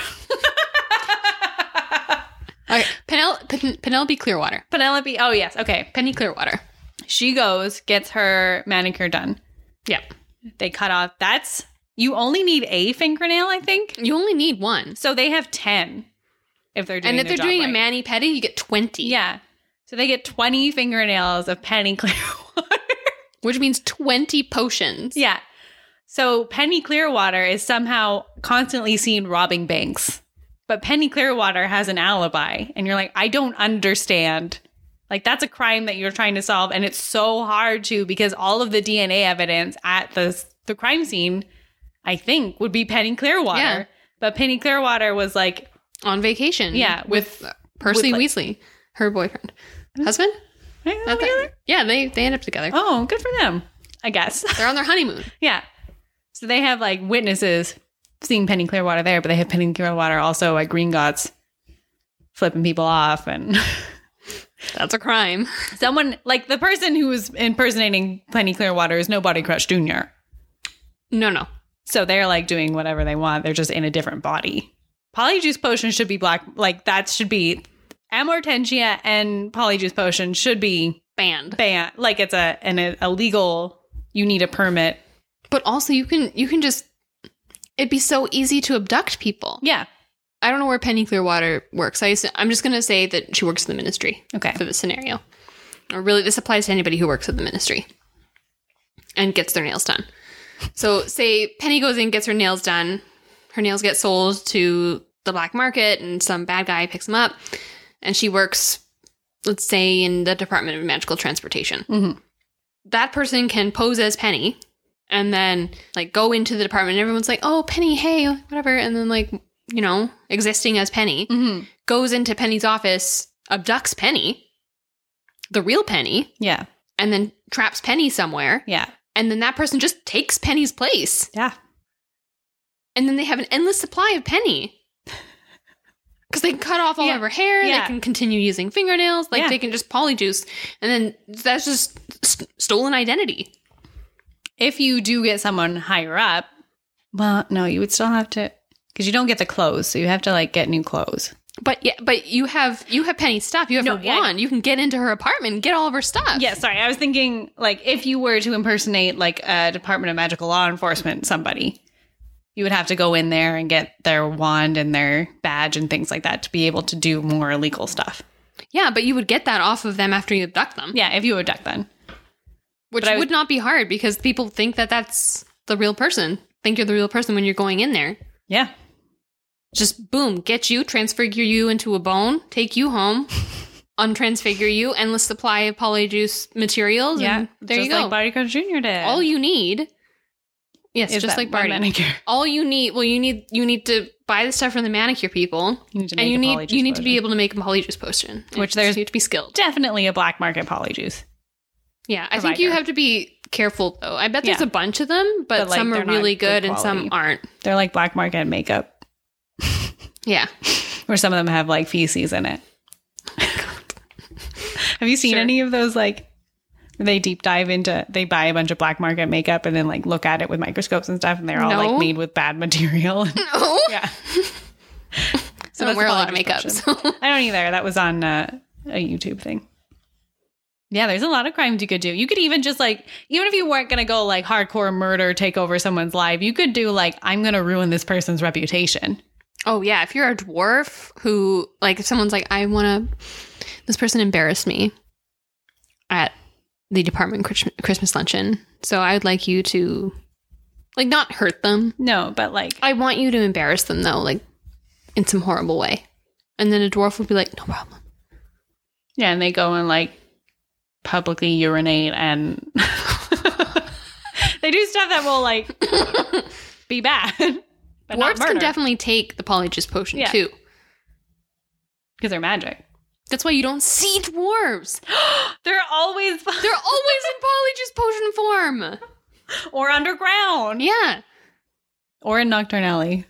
Okay. Penel- Pen- Penelope Clearwater. Penelope, oh yes, okay. Penny Clearwater. She goes, gets her manicure done. Yep. They cut off. That's you only need a fingernail, I think. You only need one. So they have ten if they're doing and if their they're job doing a right. mani pedi, you get 20. yeah. So they get 20 fingernails of Penny Clearwater. which means 20 potions. yeah. So Penny Clearwater is somehow constantly seen robbing banks. But Penny Clearwater has an alibi. And you're like, I don't understand. Like, that's a crime that you're trying to solve. And it's so hard to because all of the DNA evidence at the, the crime scene, I think, would be Penny Clearwater. Yeah. But Penny Clearwater was like, On vacation. Yeah, With, Percy with, Weasley, her boyfriend. Husband? "Hey, Not that- really? yeah, they, they end up together. Oh, good for them, I guess. They're on their honeymoon. Yeah. So they have like witnesses seeing Penny Clearwater there, but they have Penny Clearwater also at Green Gots flipping people off. And That's a crime. someone, like the person who was impersonating Penny Clearwater is no Body Crush Jr. No, no. So they're like doing whatever they want. They're just in a different body. Polyjuice potion should be black. Like that should be Amortentia and Polyjuice potion should be Banned. banned. Like it's a an illegal. You need a permit. But also you can you can just it'd be so easy to abduct people. Yeah. I don't know where Penny Clearwater works. I assu- I'm just going to say that she works in the ministry Okay. for this scenario. Or really, this applies to anybody who works at the ministry and gets their nails done. So, say Penny goes in, gets her nails done. Her nails get sold to the black market, and some bad guy picks them up. And she works, let's say, in the Department of Magical Transportation. Mhm. That person can pose as Penny and then, like, go into the department, and everyone's like, oh, Penny, hey, whatever. And then, like, you know, existing as Penny Mm-hmm. goes into Penny's office, abducts Penny, the real Penny, Yeah. and then traps Penny somewhere. Yeah. And then that person just takes Penny's place. Yeah. And then they have an endless supply of Penny. Because they can cut off all Yeah. of her hair, Yeah. they can continue using fingernails, like Yeah. they can just polyjuice. And then that's just st- stolen identity. if you do get someone higher up, well, no, you would still have to because you don't get the clothes, so you have to like get new clothes. But yeah, but you have you have Penny's stuff. You have No, her yeah. wand. You can get into her apartment and get all of her stuff. Yeah, sorry, I was thinking like if you were to impersonate like a Department of Magical Law Enforcement somebody, you would have to go in there and get their wand and their badge and things like that to be able to do more illegal stuff. Yeah, but you would get that off of them after you abduct them. Yeah, if you were duck then. which But I would not be hard because people think that that's the real person think you're the real person when you're going in there Yeah. just boom get you transfigure you into a bone take you home untransfigure you endless supply of polyjuice materials and there just you go like Barty Crouch Jr. did. all you need yes Is just that like one Barty manicure. all you need well you need you need to buy the stuff from the manicure people You need to and make you a need polyjuice you need to be version. able to make a polyjuice potion Which So there's- you have to be skilled Definitely a black market polyjuice. Yeah, I think you provider. have to be careful though. I bet there's Yeah. a bunch of them, but, But, like, some they're are not really good good, and some quality. aren't. They're like black market makeup. Yeah. or some of them have like feces in it. have you seen Sure. any of those like they deep dive into they buy a bunch of black market makeup and then like look at it with microscopes and stuff and they're all No. like made with bad material. No. yeah. I don't that's wear a the lot of polyjuice makeup. potion. So. I don't either. That was on uh, a YouTube thing. Yeah, there's a lot of crimes you could do. You could even just like, even if you weren't gonna go like hardcore murder, take over someone's life, you could do like, I'm gonna ruin this person's reputation. Oh yeah, if you're a dwarf who like if someone's like I want to this person embarrassed me at the department Christ- Christmas luncheon. So I would like you to like not hurt them. No, but like, I want you to embarrass them though, like in some horrible way. And then a dwarf would be like, "No problem." Yeah, and they go and like publicly urinate and they do stuff that will like be bad. But not Dwarves can murder definitely take the polyjuice potion Yeah. too. because they're magic. That's why you don't see dwarves. They're always They're always in polyjuice potion form. or underground Yeah, or in Nocturnally.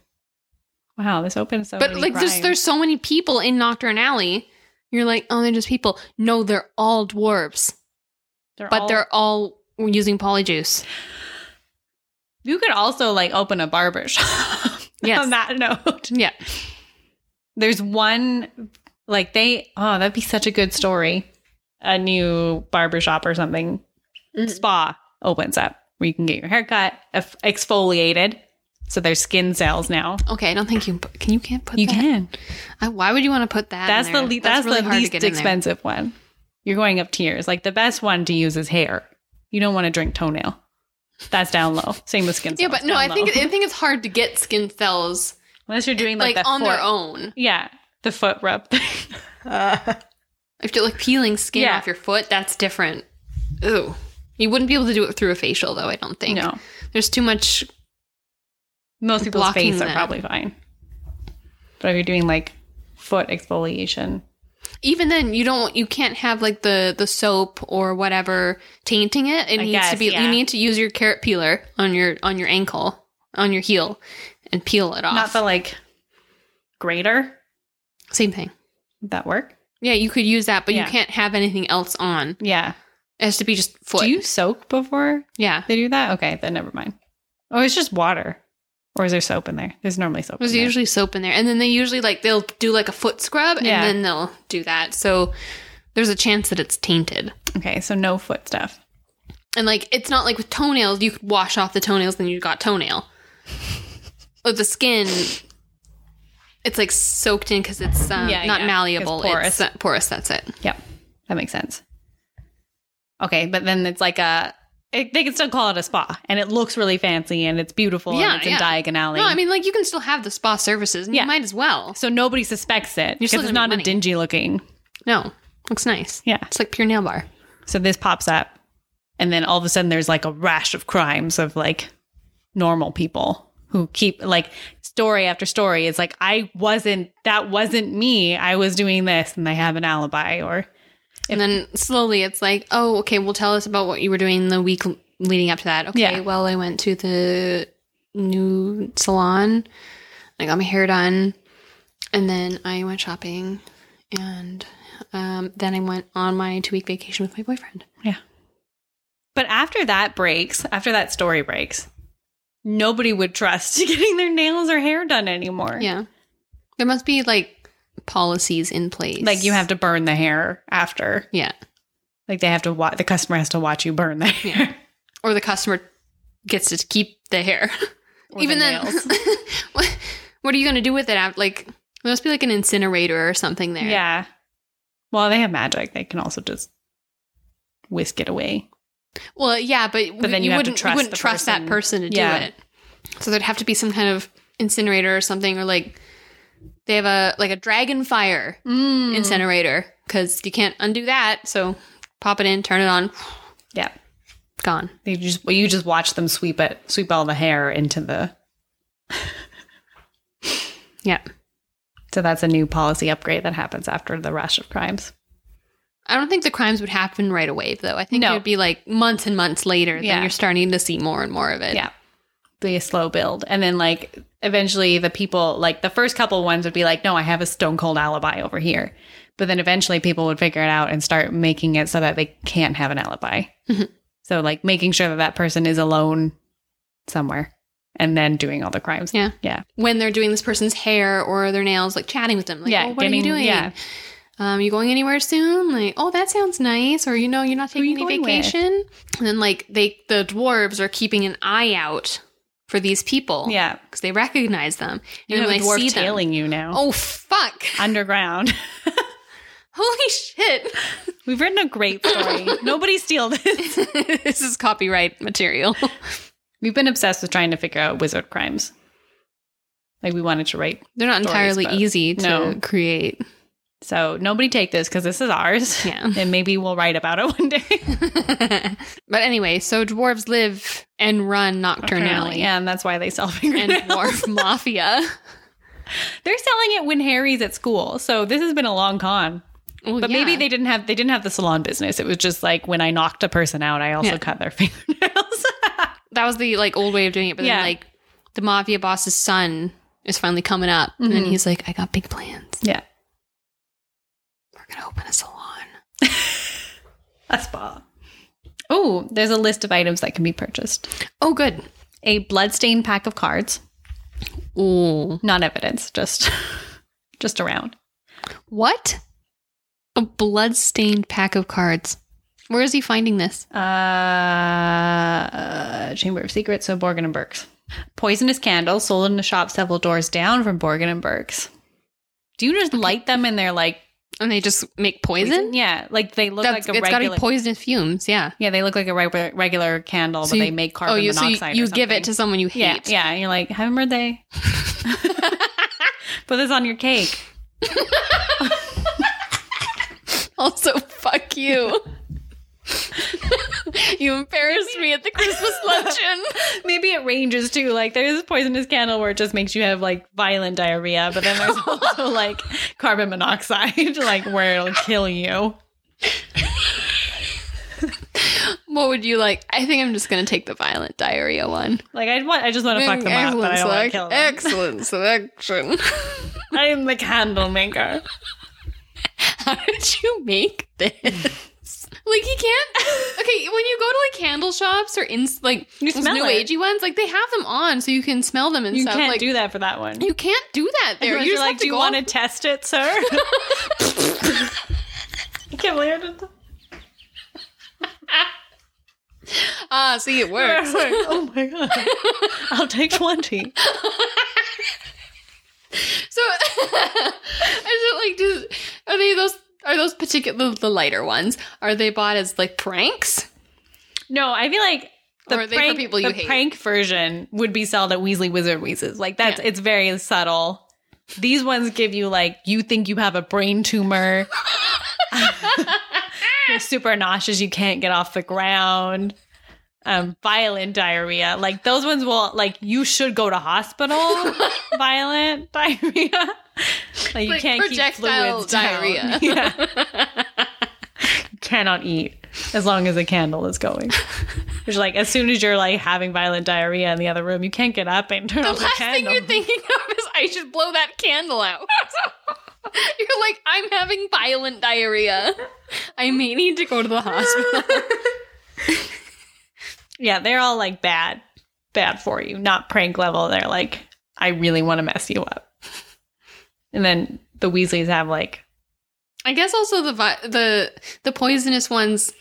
Wow, this opens so. but many like there's crimes. there's so many people in Nocturne Alley. You're like, oh, they're just people. No, they're all dwarves, but all- they're all using polyjuice. you could also like open a barber shop. Yes. On that note, Yeah, there's one like they oh that'd be such a good story a new barbershop or something Mm. spa opens up where you can get your hair cut eff- exfoliated so there's skin cells now okay. I don't think you can put- can. You can't put. you that- can I, why would you want to put that? in that's the there? le- that's, really the hard to least get in there. expensive one You're going up tiers. Like the best one to use is hair. You don't want to drink toenail. That's down low. Same with skin. Yeah, cells, but no, down I think low. I think it's hard to get skin cells unless you're doing like, like, the on their foot- own. Yeah, the foot rub. thing. If you're like peeling skin Yeah. off your foot, that's different. Ooh, you wouldn't be able to do it through a facial though. I don't think. no, there's too much. most people's Blocking face are that. probably fine. But if you're doing like foot exfoliation, Even then, you don't. You can't have like the the soap or whatever tainting it. It I needs to guess, be. yeah. You need to use your carrot peeler on your on your ankle on your heel and peel it off. not the like grater. Same thing. Would that work? Yeah, you could use that, but Yeah. you can't have anything else on. Yeah. It has to be just foot. Do you soak before yeah. they do that? Okay, then never mind. Oh, it's just water. Or is there soap in there? There's normally soap. There's in there. usually soap in there. And then they usually like they'll do like a foot scrub Yeah. and then they'll do that. So there's a chance that it's tainted. Okay, so no foot stuff. And like it's not like with toenails, you could wash off the toenails then you got toenail. With the skin it's like soaked in because it's um, Yeah, not yeah. malleable. It's porous. It's, uh, porous. That's it. Yep, that makes sense. Okay, but then it's like a. It, they can still call it a spa, and it looks really fancy, and it's beautiful, Yeah, and it's in yeah. diagonally. No, I mean like you can still have the spa services. And Yeah. You might as well. so nobody suspects it You're still because it's gonna not make a money. dingy looking. No, looks nice. Yeah. It's like pure nail bar. So this pops up, and then all of a sudden there's like a rash of crimes of like normal people who keep like story after story. It's like I wasn't. That wasn't me. I was doing this, and they have an alibi or And then slowly it's like, oh, okay, well, tell us about what you were doing the week l- leading up to that. Okay, Yeah. well, I went to the new salon. I got my hair done. And then I went shopping. And um, then I went on my two week vacation with my boyfriend. But after that breaks, after that story breaks, nobody would trust getting their nails or hair done anymore. Yeah. There must be like policies in place. Like you have to burn the hair after. Yeah. Like they have to watch, the customer has to watch you burn the hair. Or the customer gets to keep the hair. Or the even then nails. what, what are you going to do with it after like there must be like an incinerator or something there Yeah. Well, they have magic. They can also just whisk it away. well yeah but, w- then you have to wouldn't, trust you wouldn't the trust person. that person to Yeah. do it so there'd have to be some kind of incinerator or something or like they have a like a dragon fire Mm. incinerator because you can't undo that so pop it in turn it on Yeah. gone They just well, you just watch them sweep it, sweep all the hair into the. yeah So that's a new policy upgrade that happens after the rush of crimes. I don't think the crimes would happen right away, though. I think No. it would be like months and months later that Yeah. you're starting to see more and more of it. Yeah. Be a slow build. And then like eventually the people like the first couple ones would be like, No, I have a stone cold alibi over here. But then eventually people would figure it out and start making it so that they can't have an alibi. Mhm. So like making sure that that person is alone somewhere and then doing all the crimes. Yeah. Yeah. when they're doing this person's hair or their nails, like chatting with them, like, yeah. oh, what are you doing? Yeah. Um, you going anywhere soon? Like, oh, that sounds nice. Or you know, you're not are taking you any going with? vacation. And then like they, the dwarves are keeping an eye out for these people, Yeah. because they recognize them. You And then have a Oh, when I see dwarf them, tailing you now. oh fuck, Underground. holy shit, We've written a great story. Nobody steal this. this is copyright material. We've been obsessed with trying to figure out wizard crimes. Like we wanted to write They're not Stories, entirely but- easy to No. create. So nobody take this because this is ours. Yeah. And maybe we'll write about it one day. but anyway, so dwarves live and run nocturnally. Yeah, and that's why they sell And fingernails. dwarf mafia. They're selling it when Harry's at school. So this has been a long con. Well, But Oh, yeah. maybe they didn't have they didn't have the salon business. It was just like when I knocked a person out, I also Yeah. cut their fingernails. that was the like old way of doing it. But Yeah. then like the mafia boss's son is finally coming up, and Mm-hmm. then he's like, "I got big plans. yeah. We're gonna open a salon." A spa. Oh, there's a list of items that can be purchased. Oh, good. A bloodstained pack of cards. Ooh, Not evidence, just just around. what? A blood-stained pack of cards. Where is he finding this? Uh, Chamber of Secrets, so Borgin and Burke's. Poisonous candles sold in a shop several doors down from Borgin and Burke's. Do you just light them and they're like And they just make poison? Yeah, like they look That's, like a it's got to regular. be poisonous fumes, yeah. yeah, they look like a regu- regular candle, So but you- they make carbon oh, you, so you, monoxide. or you give it something. to someone you yeah, hate. yeah. and You're like, happy birthday. Put this on your cake. Also, fuck you. you embarrassed me at the Christmas luncheon. Maybe it ranges too. Like there's a poisonous candle where it just makes you have like violent diarrhea, but then there's also like carbon monoxide, like where it'll kill you. What would you like? I think I'm just gonna take the violent diarrhea one. Like I want, I just want to fuck them up, but I don't want to kill them. excellent selection. I am the candle maker. How did you make this? Like he can't. Okay, when you go to like candle shops or in like You those smell new it. agey ones, like they have them on so you can smell them and You stuff. can't like do that for that one. you can't do that there. Unless You you're just like, like, do you want to test it, sir? I can't believe it. Ah, see, it works. oh my god! I'll take twenty. So I just like, do, are they those? Are those particular the lighter ones? Are they bought as like pranks? No, I feel like the Or are they for prank, people you the hate? prank version would be sold at Weasley Wizard Wheezes. Like that's Yeah. it's very subtle. These ones give you like you think you have a brain tumor. You're super nauseous. You can't get off the ground. Um, violent diarrhea. Like those ones will like you should go to hospital. violent diarrhea. Like you Like can't keep projectile fluids down. diarrhea. Yeah. Cannot eat as long as a candle is going. Which, like, as soon as you're like having violent diarrhea in the other room, you can't get up and turn The off the last thing candle. you're thinking of is I should blow that candle out. you're like, I'm having violent diarrhea. I may need to go to the hospital. yeah, they're all like bad, bad for you. Not prank level. They're like, I really want to mess you up. And then the Weasleys have like, I guess also the vi- the the poisonous ones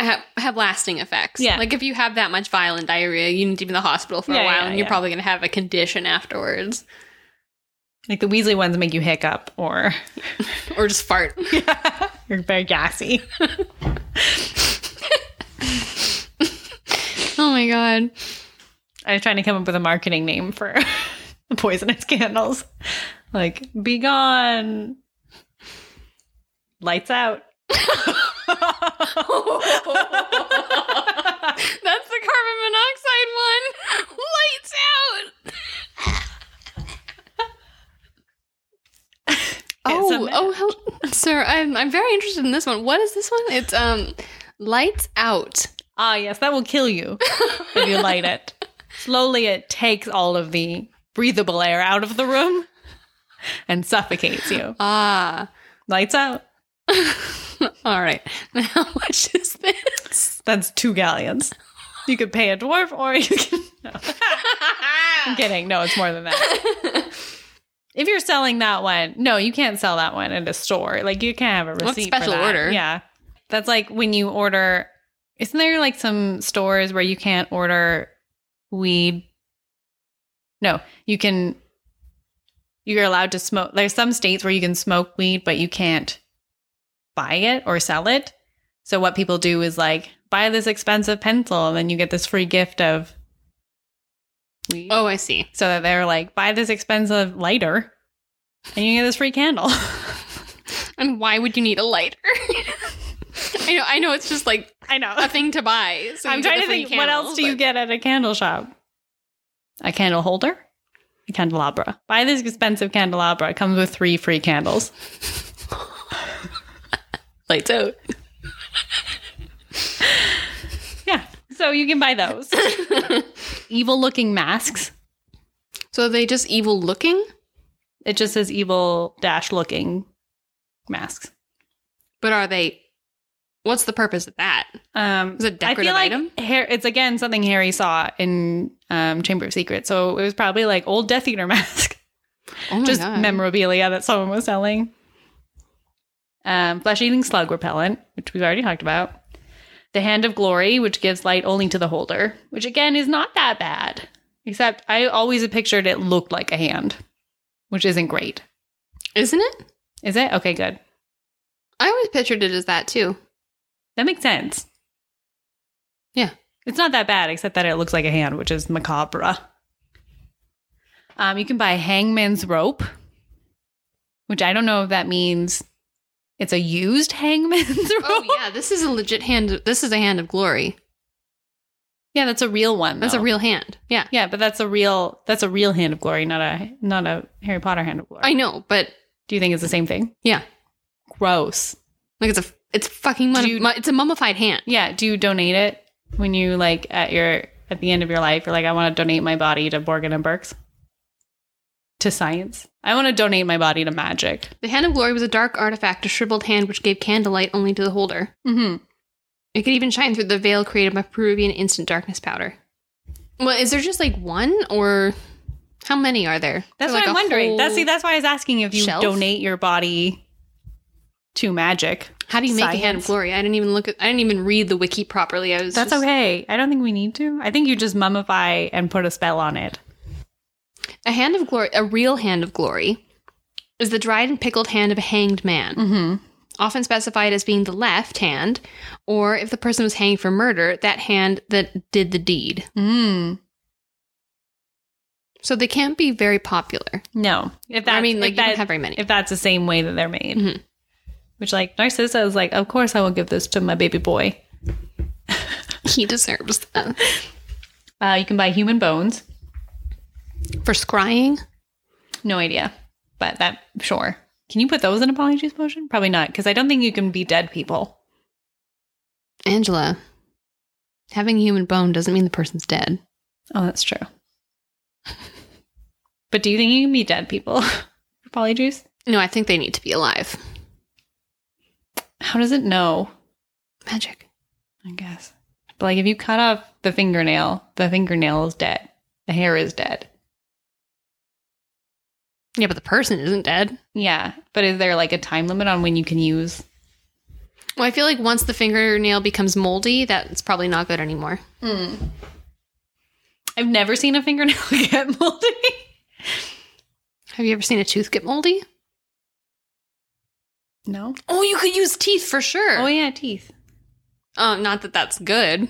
have, have lasting effects. Yeah. like if you have that much violent diarrhea, you need to be in the hospital for Yeah, a while, yeah, and you're yeah. probably going to have a condition afterwards, like the Weasley ones make you hiccup or or just fart. you're very gassy. oh my god. I was trying to come up with a marketing name for the poisonous candles. Like, be gone. Lights out. That's the carbon monoxide one. Lights out. It's a oh, match. oh, hel- sir, I'm I'm very interested in this one. What is this one? It's um, lights out. Ah, yes, that will kill you if you light it. Slowly, it takes all of the breathable air out of the room and suffocates you. Ah, Lights out. all right. Now, how much is this? That's two galleons. You could pay a dwarf or you can. No. I'm kidding. No, it's more than that. If you're selling that one, no, you can't sell that one at a store. Like you can't have a That's receipt. special for that. order. Yeah. That's like when you order isn't there like some stores where you can't order weed? No, you can you're allowed to smoke there's some states where you can smoke weed, but you can't buy it or sell it. So what people do is like buy this expensive pencil and then you get this free gift of weed Oh, I see. so that they're like, buy this expensive lighter and you get this free candle. And why would you need a lighter? I know. I know. It's just like I know. a thing to buy. So I'm you get trying the to free think what candles, else do you but- get at a candle shop? A candle holder? A candelabra. Buy this expensive candelabra. It comes with three free candles. Lights out. Yeah. So you can buy those. evil looking masks. So are they just evil looking, It just says evil dash looking masks. but are they? What's the purpose of that? Um, Is it a decorative I feel item? like Har- it's again something Harry saw in um, Chamber of Secrets. So it was probably like old Death Eater mask. Oh my just God. memorabilia that someone was selling. Um, flesh eating slug repellent, which we've already talked about. The hand of glory, which gives light only to the holder, which again is not that bad. Except I always pictured it looked like a hand, which isn't great. isn't it? Is it? Okay, good. I always pictured it as that too. That makes sense. Yeah. It's not that bad, except that it looks like a hand, which is macabre. Um, you can buy hangman's rope, which I don't know if that means it's a used hangman's rope. Oh yeah, this is a legit hand. This is a hand of glory. yeah, that's a real one. That's a though. real hand. Yeah, Yeah, but that's a real that's a real hand of glory, not a not a Harry Potter hand of glory. I know, but Do you think it's the same thing? Yeah. Gross. like it's a it's fucking mon- Dude. mu- it's a mummified hand. Yeah. Do you donate it when you like at your at the end of your life? You're like, I want to donate my body to Borgin and Burks. To science. I want to donate my body to magic. The hand of glory was a dark artifact, a shriveled hand which gave candlelight only to the holder. Mm-hmm. It could even shine through the veil created by Peruvian instant darkness powder. Well, is there just like one or how many are there? That's So, what like, I'm a wondering. That's see, whole- that's why I was asking if you shelf? donate your body to magic. how do you make a hand science. of glory? I didn't even look at I didn't even read the wiki properly. I was That's just- okay. I don't think we need to. I think you just mummify and put a spell on it. A hand of glory, a real hand of glory, is the dried and pickled hand of a hanged man, Mm-hmm. often specified as being the left hand, or if the person was hanged for murder, that hand that did the deed. Mm. So they can't be very popular. No. If I mean, if like, you that- don't have very many. if that's the same way that they're made. Mhm. Which, like, Narcissa is like, of course I will give this to my baby boy. he deserves that. Uh, you can buy human bones. For scrying? No idea, but that sure. Can you put those in a polyjuice potion? Probably not, because I don't think you can be dead people. Angela, having a human bone doesn't mean the person's dead. Oh, that's true. but do you think you can be dead people for polyjuice? No, I think they need to be alive. How does it know? Magic. I guess. But like, if you cut off the fingernail, the fingernail is dead. The hair is dead. Yeah, but the person isn't dead. Yeah, but is there like a time limit on when you can use? Well, I feel like once the fingernail becomes moldy, that's probably not good anymore. I've never seen a fingernail get moldy. Have you ever seen a tooth get moldy? No. Oh, you could use teeth for sure. Oh yeah, teeth. Um, not that that's good,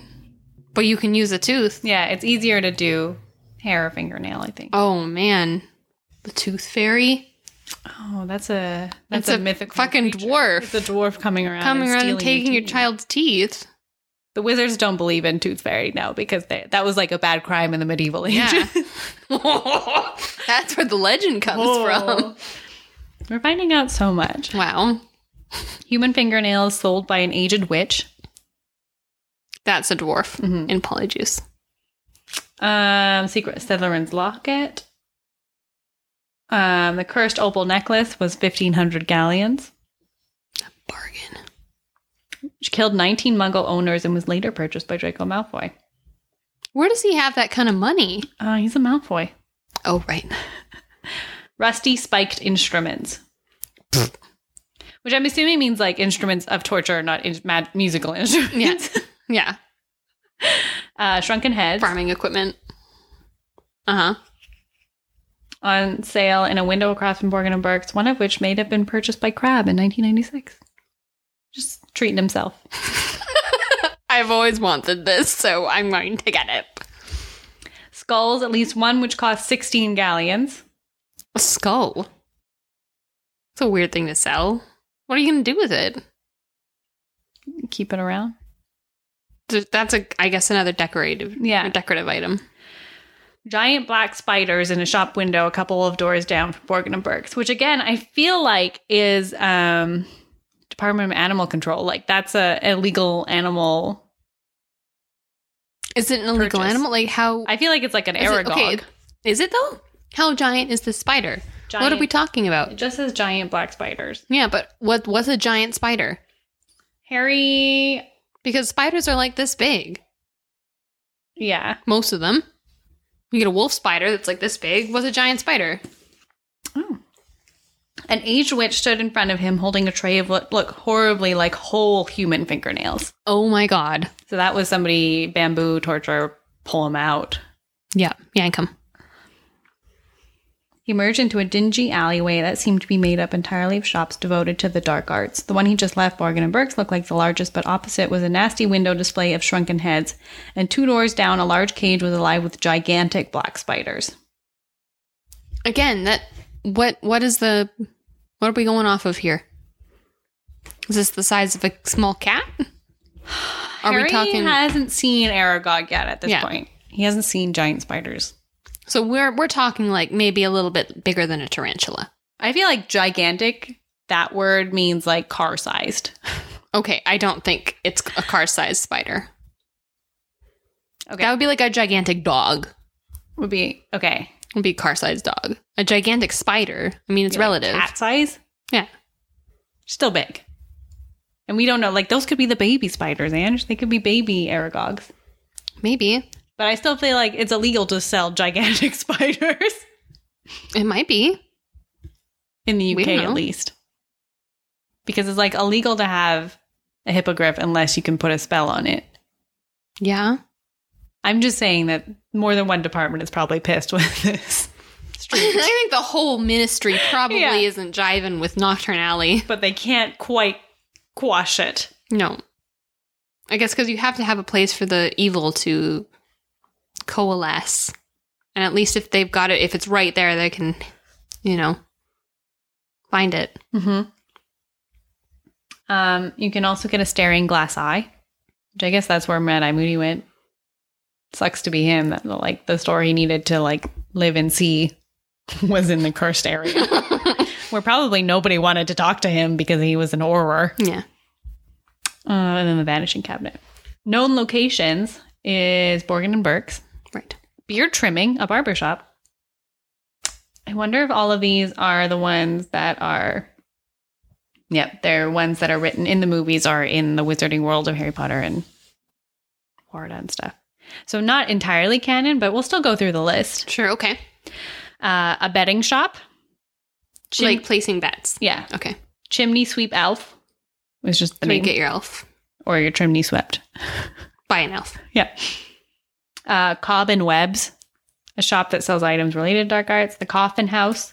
but you can use a tooth. Yeah, it's easier to do hair or fingernail, I think. Oh man, the tooth fairy Oh, that's a that's, That's a, a mythical fucking creature. dwarf. It's a dwarf coming around, coming and around and stealing taking your teeth. child's teeth. The wizards don't believe in tooth fairy now because they, that was like a bad crime in the medieval ages. Yeah. that's where the legend comes Oh. We're finding out so much. from. Wow, Human fingernails sold by an aged witch. that's a dwarf in Polyjuice. Um, Secret Slytherin's locket. Um, the cursed opal necklace was fifteen hundred galleons, Bargain. which killed nineteen Muggle owners and was later purchased by Draco Malfoy. Where does he have that kind of money? Uh, he's a Malfoy. Oh right, Rusty spiked instruments, which I'm assuming means like instruments of torture, not in- mad- musical instruments. yeah, uh, shrunken heads farming equipment. Uh huh. on sale in a window across from Borgin and Burke's, one of which may have been purchased by Crab in 1996. Just treating himself. I've always wanted this, so I'm going to get it. skulls, at least one which cost 16 galleons. A skull. It's a weird thing to sell. What are you going to do with it? Keep it around. Th- That's a, I guess, another decorative, Yeah. a decorative item. Giant black spiders in a shop window a couple of doors down from Borgin and Burke's, which again I feel like is um Department of Animal Control. Like that's a illegal animal. Is it an illegal Purchase. animal? Like how? I feel like it's like an is it- Aragog. okay, is it though? How giant is this spider? What are we Giant- talking about? It just says giant black spiders. Yeah, but what what's a giant spider? Harry Because spiders are like this big, yeah. most of them. You get a wolf spider that's like this big. What's a giant spider? An aged witch stood in front of him holding a tray of what look horribly like whole human fingernails. Oh my god! So that was somebody bamboo torture, pull him out. Yeah, yank 'em. He emerged into a dingy alleyway that seemed to be made up entirely of shops devoted to the dark arts. The one he just left, Morgan and Burke's, looked like the largest, but opposite was a nasty window display of shrunken heads, and two doors down, a large cage was alive with gigantic black spiders. Again, that what what is the what are we going off of here? Is this the size of a small cat? Are Harry we talking hasn't seen Aragog yet at this Yeah. point. He hasn't seen giant spiders. So we're we're talking like maybe a little bit bigger than a tarantula. I feel like gigantic, that word means like car sized. Okay, I don't think it's a car-sized spider. Okay. That would be like a gigantic dog. Would be okay. It would be a car-sized dog. A gigantic spider. I mean, it's Be like relative. cat size? Yeah. Still big. And we don't know. Like those could be the baby spiders, Ange. They could be baby Aragogs. Maybe. But I still feel like it's illegal to sell gigantic spiders It might be. in the We UK don't at know. least. Because it's like illegal to have a hippogriff unless you can put a spell on it. Yeah. I'm just saying that more than one department is probably pissed with this. I think the whole ministry probably Yeah. isn't jiving with Nocturne Alley. but they can't quite quash it. No. I guess because you have to have a place for the evil to coalesce. And at least if they've got it, if it's right there, they can, you know, find it. Mm-hmm. Um, you can also get a staring glass eye, which I guess that's where Mad Eye Moody went. Sucks to be him. That like the store he needed to like live and see was in the cursed area, where probably nobody wanted to talk to him because he was an horror. yeah. Uh, and then the vanishing cabinet. Known locations is Borgin and Burke's. Right. beard trimming, a barber shop. I wonder if all of these are the ones that are. Yep, they're ones that are written in the movies or in the wizarding world of Harry Potter and Florida and stuff. So, not entirely canon, but we'll still go through the list. Sure. Okay. Uh, a betting shop. Chim- like placing bets. yeah. Okay. Chimney sweep elf was just the So you name. get your elf. or your chimney swept. Buy an elf. Yeah. Uh, Cobb and Webb's, a shop that sells items related to dark arts. The Coffin House,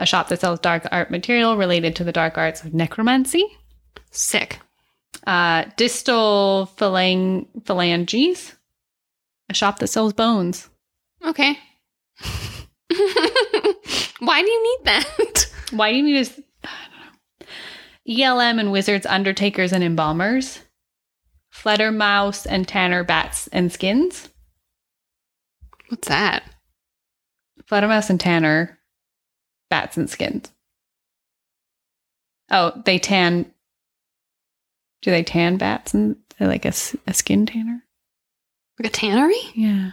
a shop that sells dark art material related to the dark arts of necromancy. Sick. Uh, distal phalang- Phalanges, a shop that sells bones. Okay. Why do you need that? Why do you need to? ELM E and Wizards, Undertakers and Embalmers. Flutter Mouse and Tanner Bats and Skins. What's that? Fluttermouse and Tanner, bats and skins. Oh, they tan. Do they tan bats and they're like a, s- a skin tanner? Like a tannery? Yeah.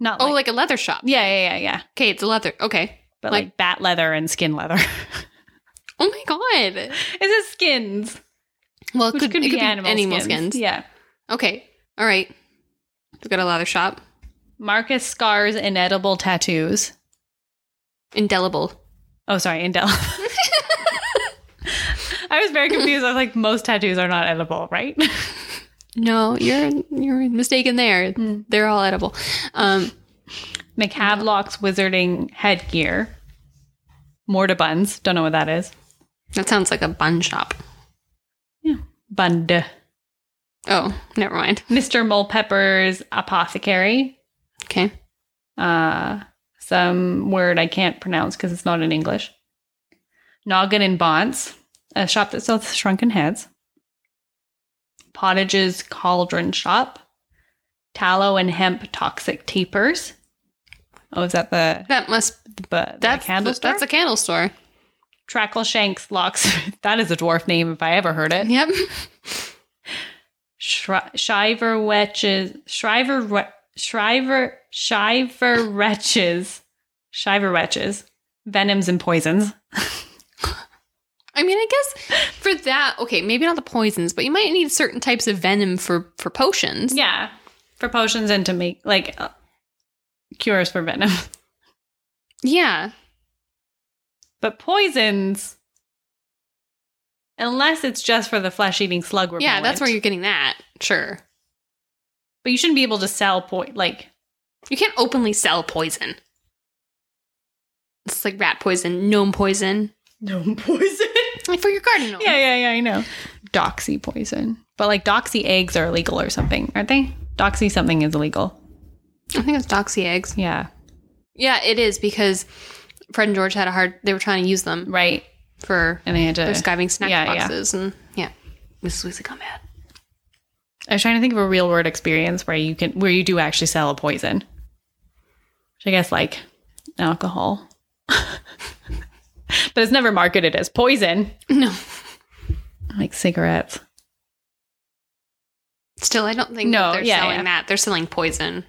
Not Oh, like, like a leather shop. yeah, yeah, yeah, yeah. Okay, it's a leather. Okay. But like, Like- bat leather and skin leather. is Oh my god. it skins? Well, it Which could, it could be animal animal skins. Yeah. Okay. All right. We've got a leather shop. Marcus scars inedible tattoos. Indelible. Oh, sorry, indel. I was very confused. I was like, most tattoos are not edible, right? No, you're you're mistaken there. They're all edible. Um, McHavelock's Wizarding Headgear. Mortabuns. Don't know what that is. that sounds like a bun shop. Bund. Oh, never mind. Mr. Mulpepper's Apothecary. Okay. Uh, some word I can't pronounce because it's not in English. Noggin and Bonds. A shop that sells shrunken heads. Pottage's Cauldron Shop. Tallow and Hemp Toxic Tapers. Oh, is that the, That must the, the that's candle the- store? That's a candle store. Trackleshanks Locksmith. That is a dwarf name if I ever heard it. Yep. Shri- Shriver Wretches. Shriver. Wre- Shriver. Shriver Wretches. Shriver Wretches. Venoms and poisons. I mean, I guess for that, okay, maybe not the poisons, but you might need certain types of venom for for potions. Yeah. For potions and to make, like, uh, cures for venom. Yeah. But poisons. Unless it's just for the flesh eating slug repellent. Yeah, that's where you're getting that. Sure. But you shouldn't be able to sell, po- like, You can't openly sell poison. It's It's like rat poison, gnome poison. Gnome poison. Like for your garden gnome. yeah, yeah, yeah, I know. Doxy poison. But like doxy eggs are illegal or something, aren't they? Doxy something is illegal. I think it's doxy eggs. Yeah. Yeah, it is because Fred and George had a hard they were trying to use them Right. for And they had to their skiving snack yeah, yeah. boxes and yeah. Mrs. Weasley got mad. I was trying to think of a real world experience where you can where you do actually sell a poison. Which I guess like alcohol. but it's never marketed as poison. No. Like cigarettes. Still I don't think No, that they're yeah, selling yeah. that. They're selling poison.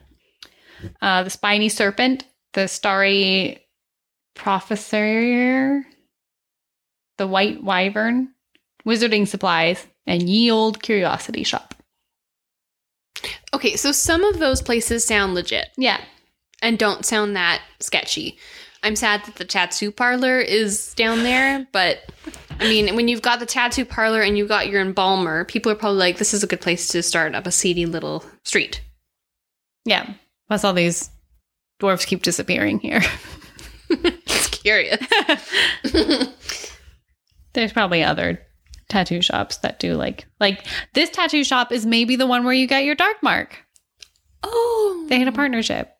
Uh the spiny serpent, the starry professor, the white wyvern, wizarding supplies, and ye old curiosity shop. Okay, so some of those places sound legit Yeah. and don't sound that sketchy. I'm sad that the tattoo parlor is down there, but I mean, when you've got the tattoo parlor and you've got your embalmer, people are probably like, this is a good place to start up a seedy little street. Yeah. Plus all these dwarves keep disappearing here. It's curious. There's probably other tattoo shops that do like like this tattoo shop is maybe the one where you got your dark mark. oh, They had a partnership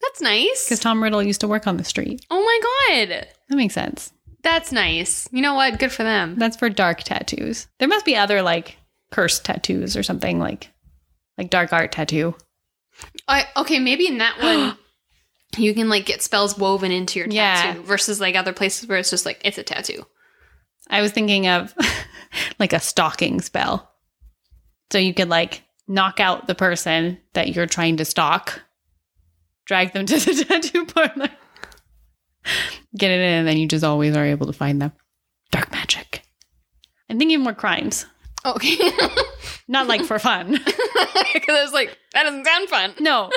that's because nice. Tom Riddle used to work on the street. Oh my God. That makes sense. That's nice. You know what? Good for them. That's for dark tattoos. There must be other like cursed tattoos or something like like dark art tattoo. I, okay, maybe in that one. You can like get spells woven into your Yeah. tattoo versus like other places where it's just like it's a tattoo. I was thinking of like a stalking spell. So you could like knock out the person that you're trying to stalk, drag them to the tattoo parlor, get it in, and then you just always are able to find them. Dark magic. I'm thinking more crimes, Okay. not like for fun. Because I was like, that doesn't sound fun. No.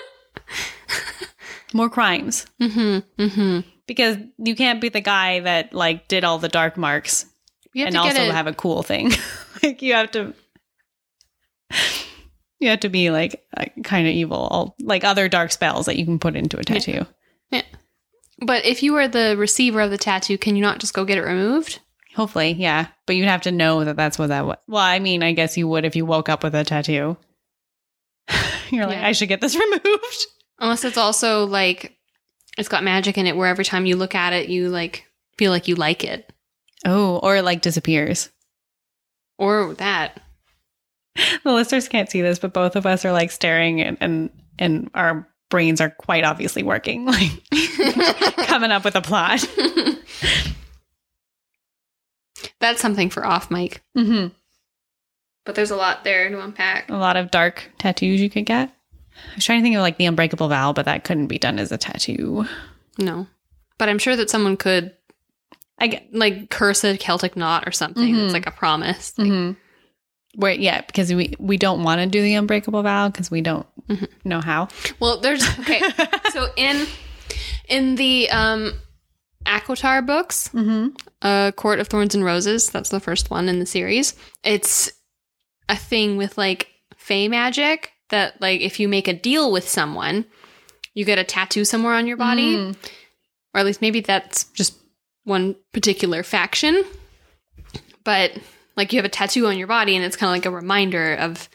More crimes. Mm-hmm. Mm-hmm. Because you can't be the guy that like did all the dark marks You have and to get also a, have a cool thing. like you have to you have to be like kind of evil, all, like other dark spells that you can put into a tattoo. But if you are the receiver of the tattoo, can you not just go get it removed? Hopefully, yeah, but you'd have to know that that's what that was. Well, I mean, I guess you would if you woke up with a tattoo. You're like, Yeah. I should get this removed. Unless it's also like it's got magic in it where every time you look at it you like feel like you like it. Oh, or it like disappears. Or that. The listeners can't see this, but both of us are like staring and and, and our brains are quite obviously working, like coming up with a plot. That's something for off mic. Mm-hmm. But there's a lot there to unpack. a lot of dark tattoos you could get. I was trying to think of like the unbreakable vow, but that couldn't be done as a tattoo. No. But I'm sure that someone could I get like curse a Celtic knot or something. Mhm. It's like a promise. Like, mhm. Mm-hmm. where yeah, because we we don't want to do the unbreakable vow because we don't Mhm. know how. Well, there's okay. so in in the um Akotar books, hmm uh Court of Thorns and Roses, that's the first one in the series. It's a thing with like fey magic that like if you make a deal with someone, you get a tattoo somewhere on your body, Mm. Mm-hmm. or at least maybe that's just one particular faction. But like you have a tattoo on your body and it's kind of like a reminder of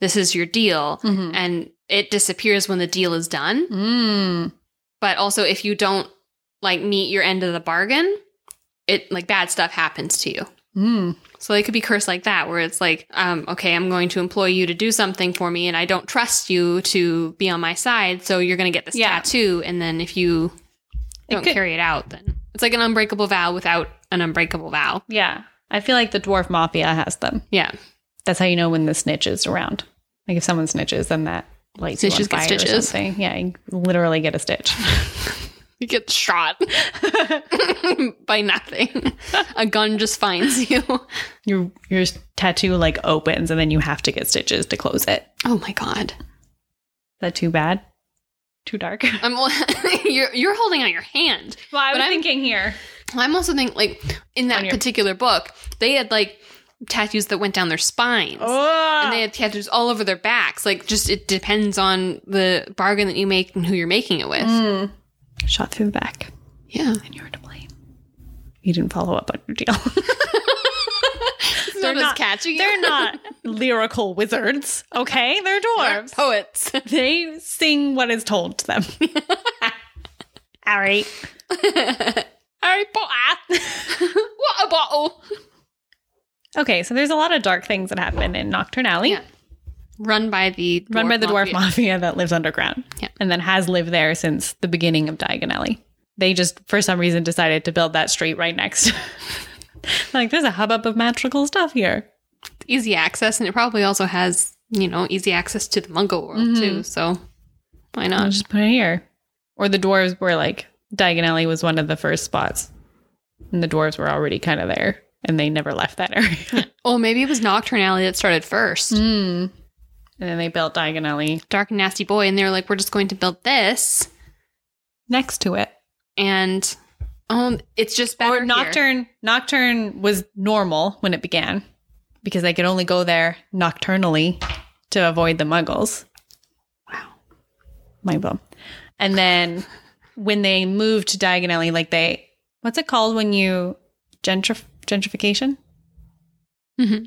this is your deal Mhm. and it disappears when the deal is done Mm. but also if you don't like meet your end of the bargain it like bad stuff happens to you Mm. so they could be cursed like that where it's like um, okay i'm going to employ you to do something for me and i don't trust you to be on my side so you're going to get this Yeah. tattoo and then if you It don't could- carry it out then it's like an unbreakable vow without an unbreakable vow Yeah, I feel like the dwarf mafia has them. yeah That's how you know when the snitch is around. Like if someone snitches, then that lights you on Snitches get fire or stitches. something. Yeah, you literally get a stitch. you get shot by nothing a gun just finds you your your tattoo like opens, and then you have to get stitches to close it. oh my god Is that too bad? Too dark? i'm you're, you're holding out your hand Well, I was thinking here. I'm also thinking, like, in On that your- particular book, they had like tattoos that went down their spines. Oh, And they had tattoos all over their backs. Like, just it Mm. depends on the bargain that you make and who you're making it with. shot through the back. Yeah. and you were to blame. You didn't follow up on your deal. They're not catching you. They're not lyrical wizards, okay? They're dwarves. poets. They sing what is told to them. All right. Harry Potter. what a bottle. Okay, so there's a lot of dark things that happen in Nocturne Alley, Yeah. Run by the run by the dwarf mafia. mafia that lives underground Yeah. and that has lived there since the beginning of Diagon Alley. They just, for some reason, decided to build that street right next. like, there's a hubbub of magical stuff here. Easy access, and it probably also has you know easy access to the Mungo world Mhm. too. So why I'll not? just put it here. Or the dwarves were like, Diagon Alley was one of the first spots. And the dwarves were already kind of there and they never left that area. Oh, maybe it was Nocturne Alley that started first. Hmm. mm. And then they built Diagon Alley Dark and Nasty Boy, and they were like, we're just going to build this, next to it. and oh, it's just better. Or here. Nocturne Nocturne was normal when it began because they could only go there nocturnally to avoid the muggles. Wow. Mind blown. And then when they moved to Diagon Alley, like they what's it called when you gentrif- gentrification? I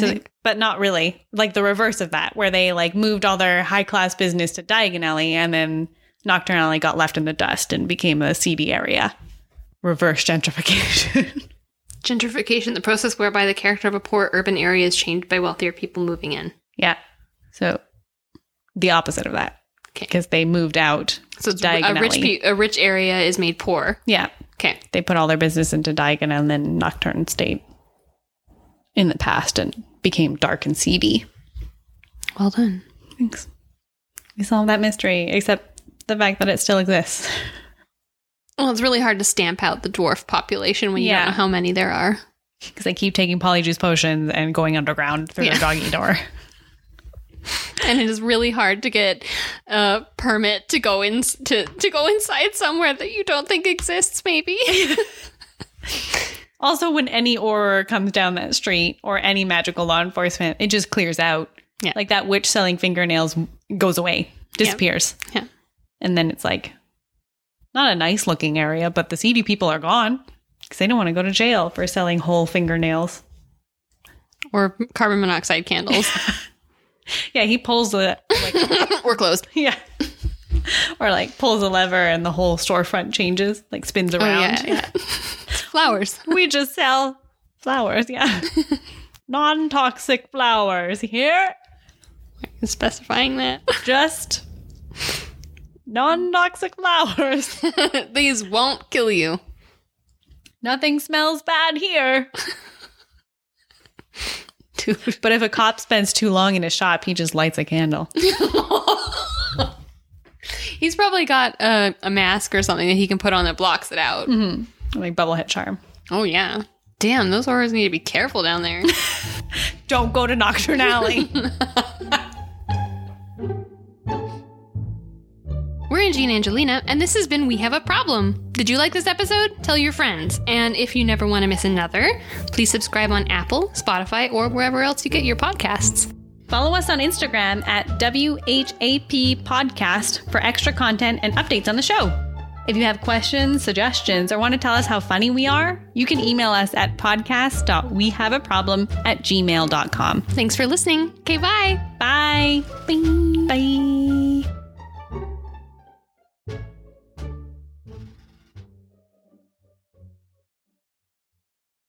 So- think. but not really. Like the reverse of that, where they like moved all their high class business to Diagon Alley and then Nocturne Alley got left in the dust and became a seedy area. Reverse gentrification. Gentrification, the process whereby the character of a poor urban area is changed by wealthier people moving in. yeah. So the opposite of that. 'Kay. Because they moved out. So it's Diagon a rich Alley. pe- a rich area is made poor. Yeah. Okay. They put all their business into Diagon and then Nocturne stayed in the past and became dark and seedy. Well done. Thanks. We solved that mystery, except the fact that it still exists. Well, it's really hard to stamp out the dwarf population when you Yeah. don't know how many there are. Because they keep taking polyjuice potions and going underground through Yeah. the doggy door. And it is really hard to get a permit to go in to, to go inside somewhere that you don't think exists, maybe. Also, when any auror comes down that street or any magical law enforcement, it just clears out. Yeah. Like that witch selling fingernails goes away, disappears. Yeah. And then it's like not a nice looking area, but the seedy people are gone because they don't want to go to jail for selling whole fingernails. or carbon monoxide candles. Yeah, he pulls the like, We're closed. yeah. Or like pulls a lever and the whole storefront changes, like Oh, spins around. Flowers. we just sell flowers, yeah. non toxic flowers here. Specifying that. Just non toxic flowers. These won't kill you. Nothing smells bad here. Dude. But if a cop spends too long in a shop, he just lights a candle. He's probably got a, a mask or something that he can put on that blocks it out. like bubblehead charm. Oh yeah. Damn, those horrors need to be careful down there. Don't go to Nocturne Alley. We're Angie and Angelina, and this has been We Have a Problem. Did you like this episode? Tell your friends. And if you never want to miss another, please subscribe on Apple, Spotify, or wherever else you get your podcasts. Follow us on Instagram at WHAP Podcast for extra content and updates on the show. If you have questions, suggestions, or want to tell us how funny we are, you can email us at podcast.wehaveaproblem at gmail.com. Thanks for listening. Okay, bye. Bye. Bye. Bye.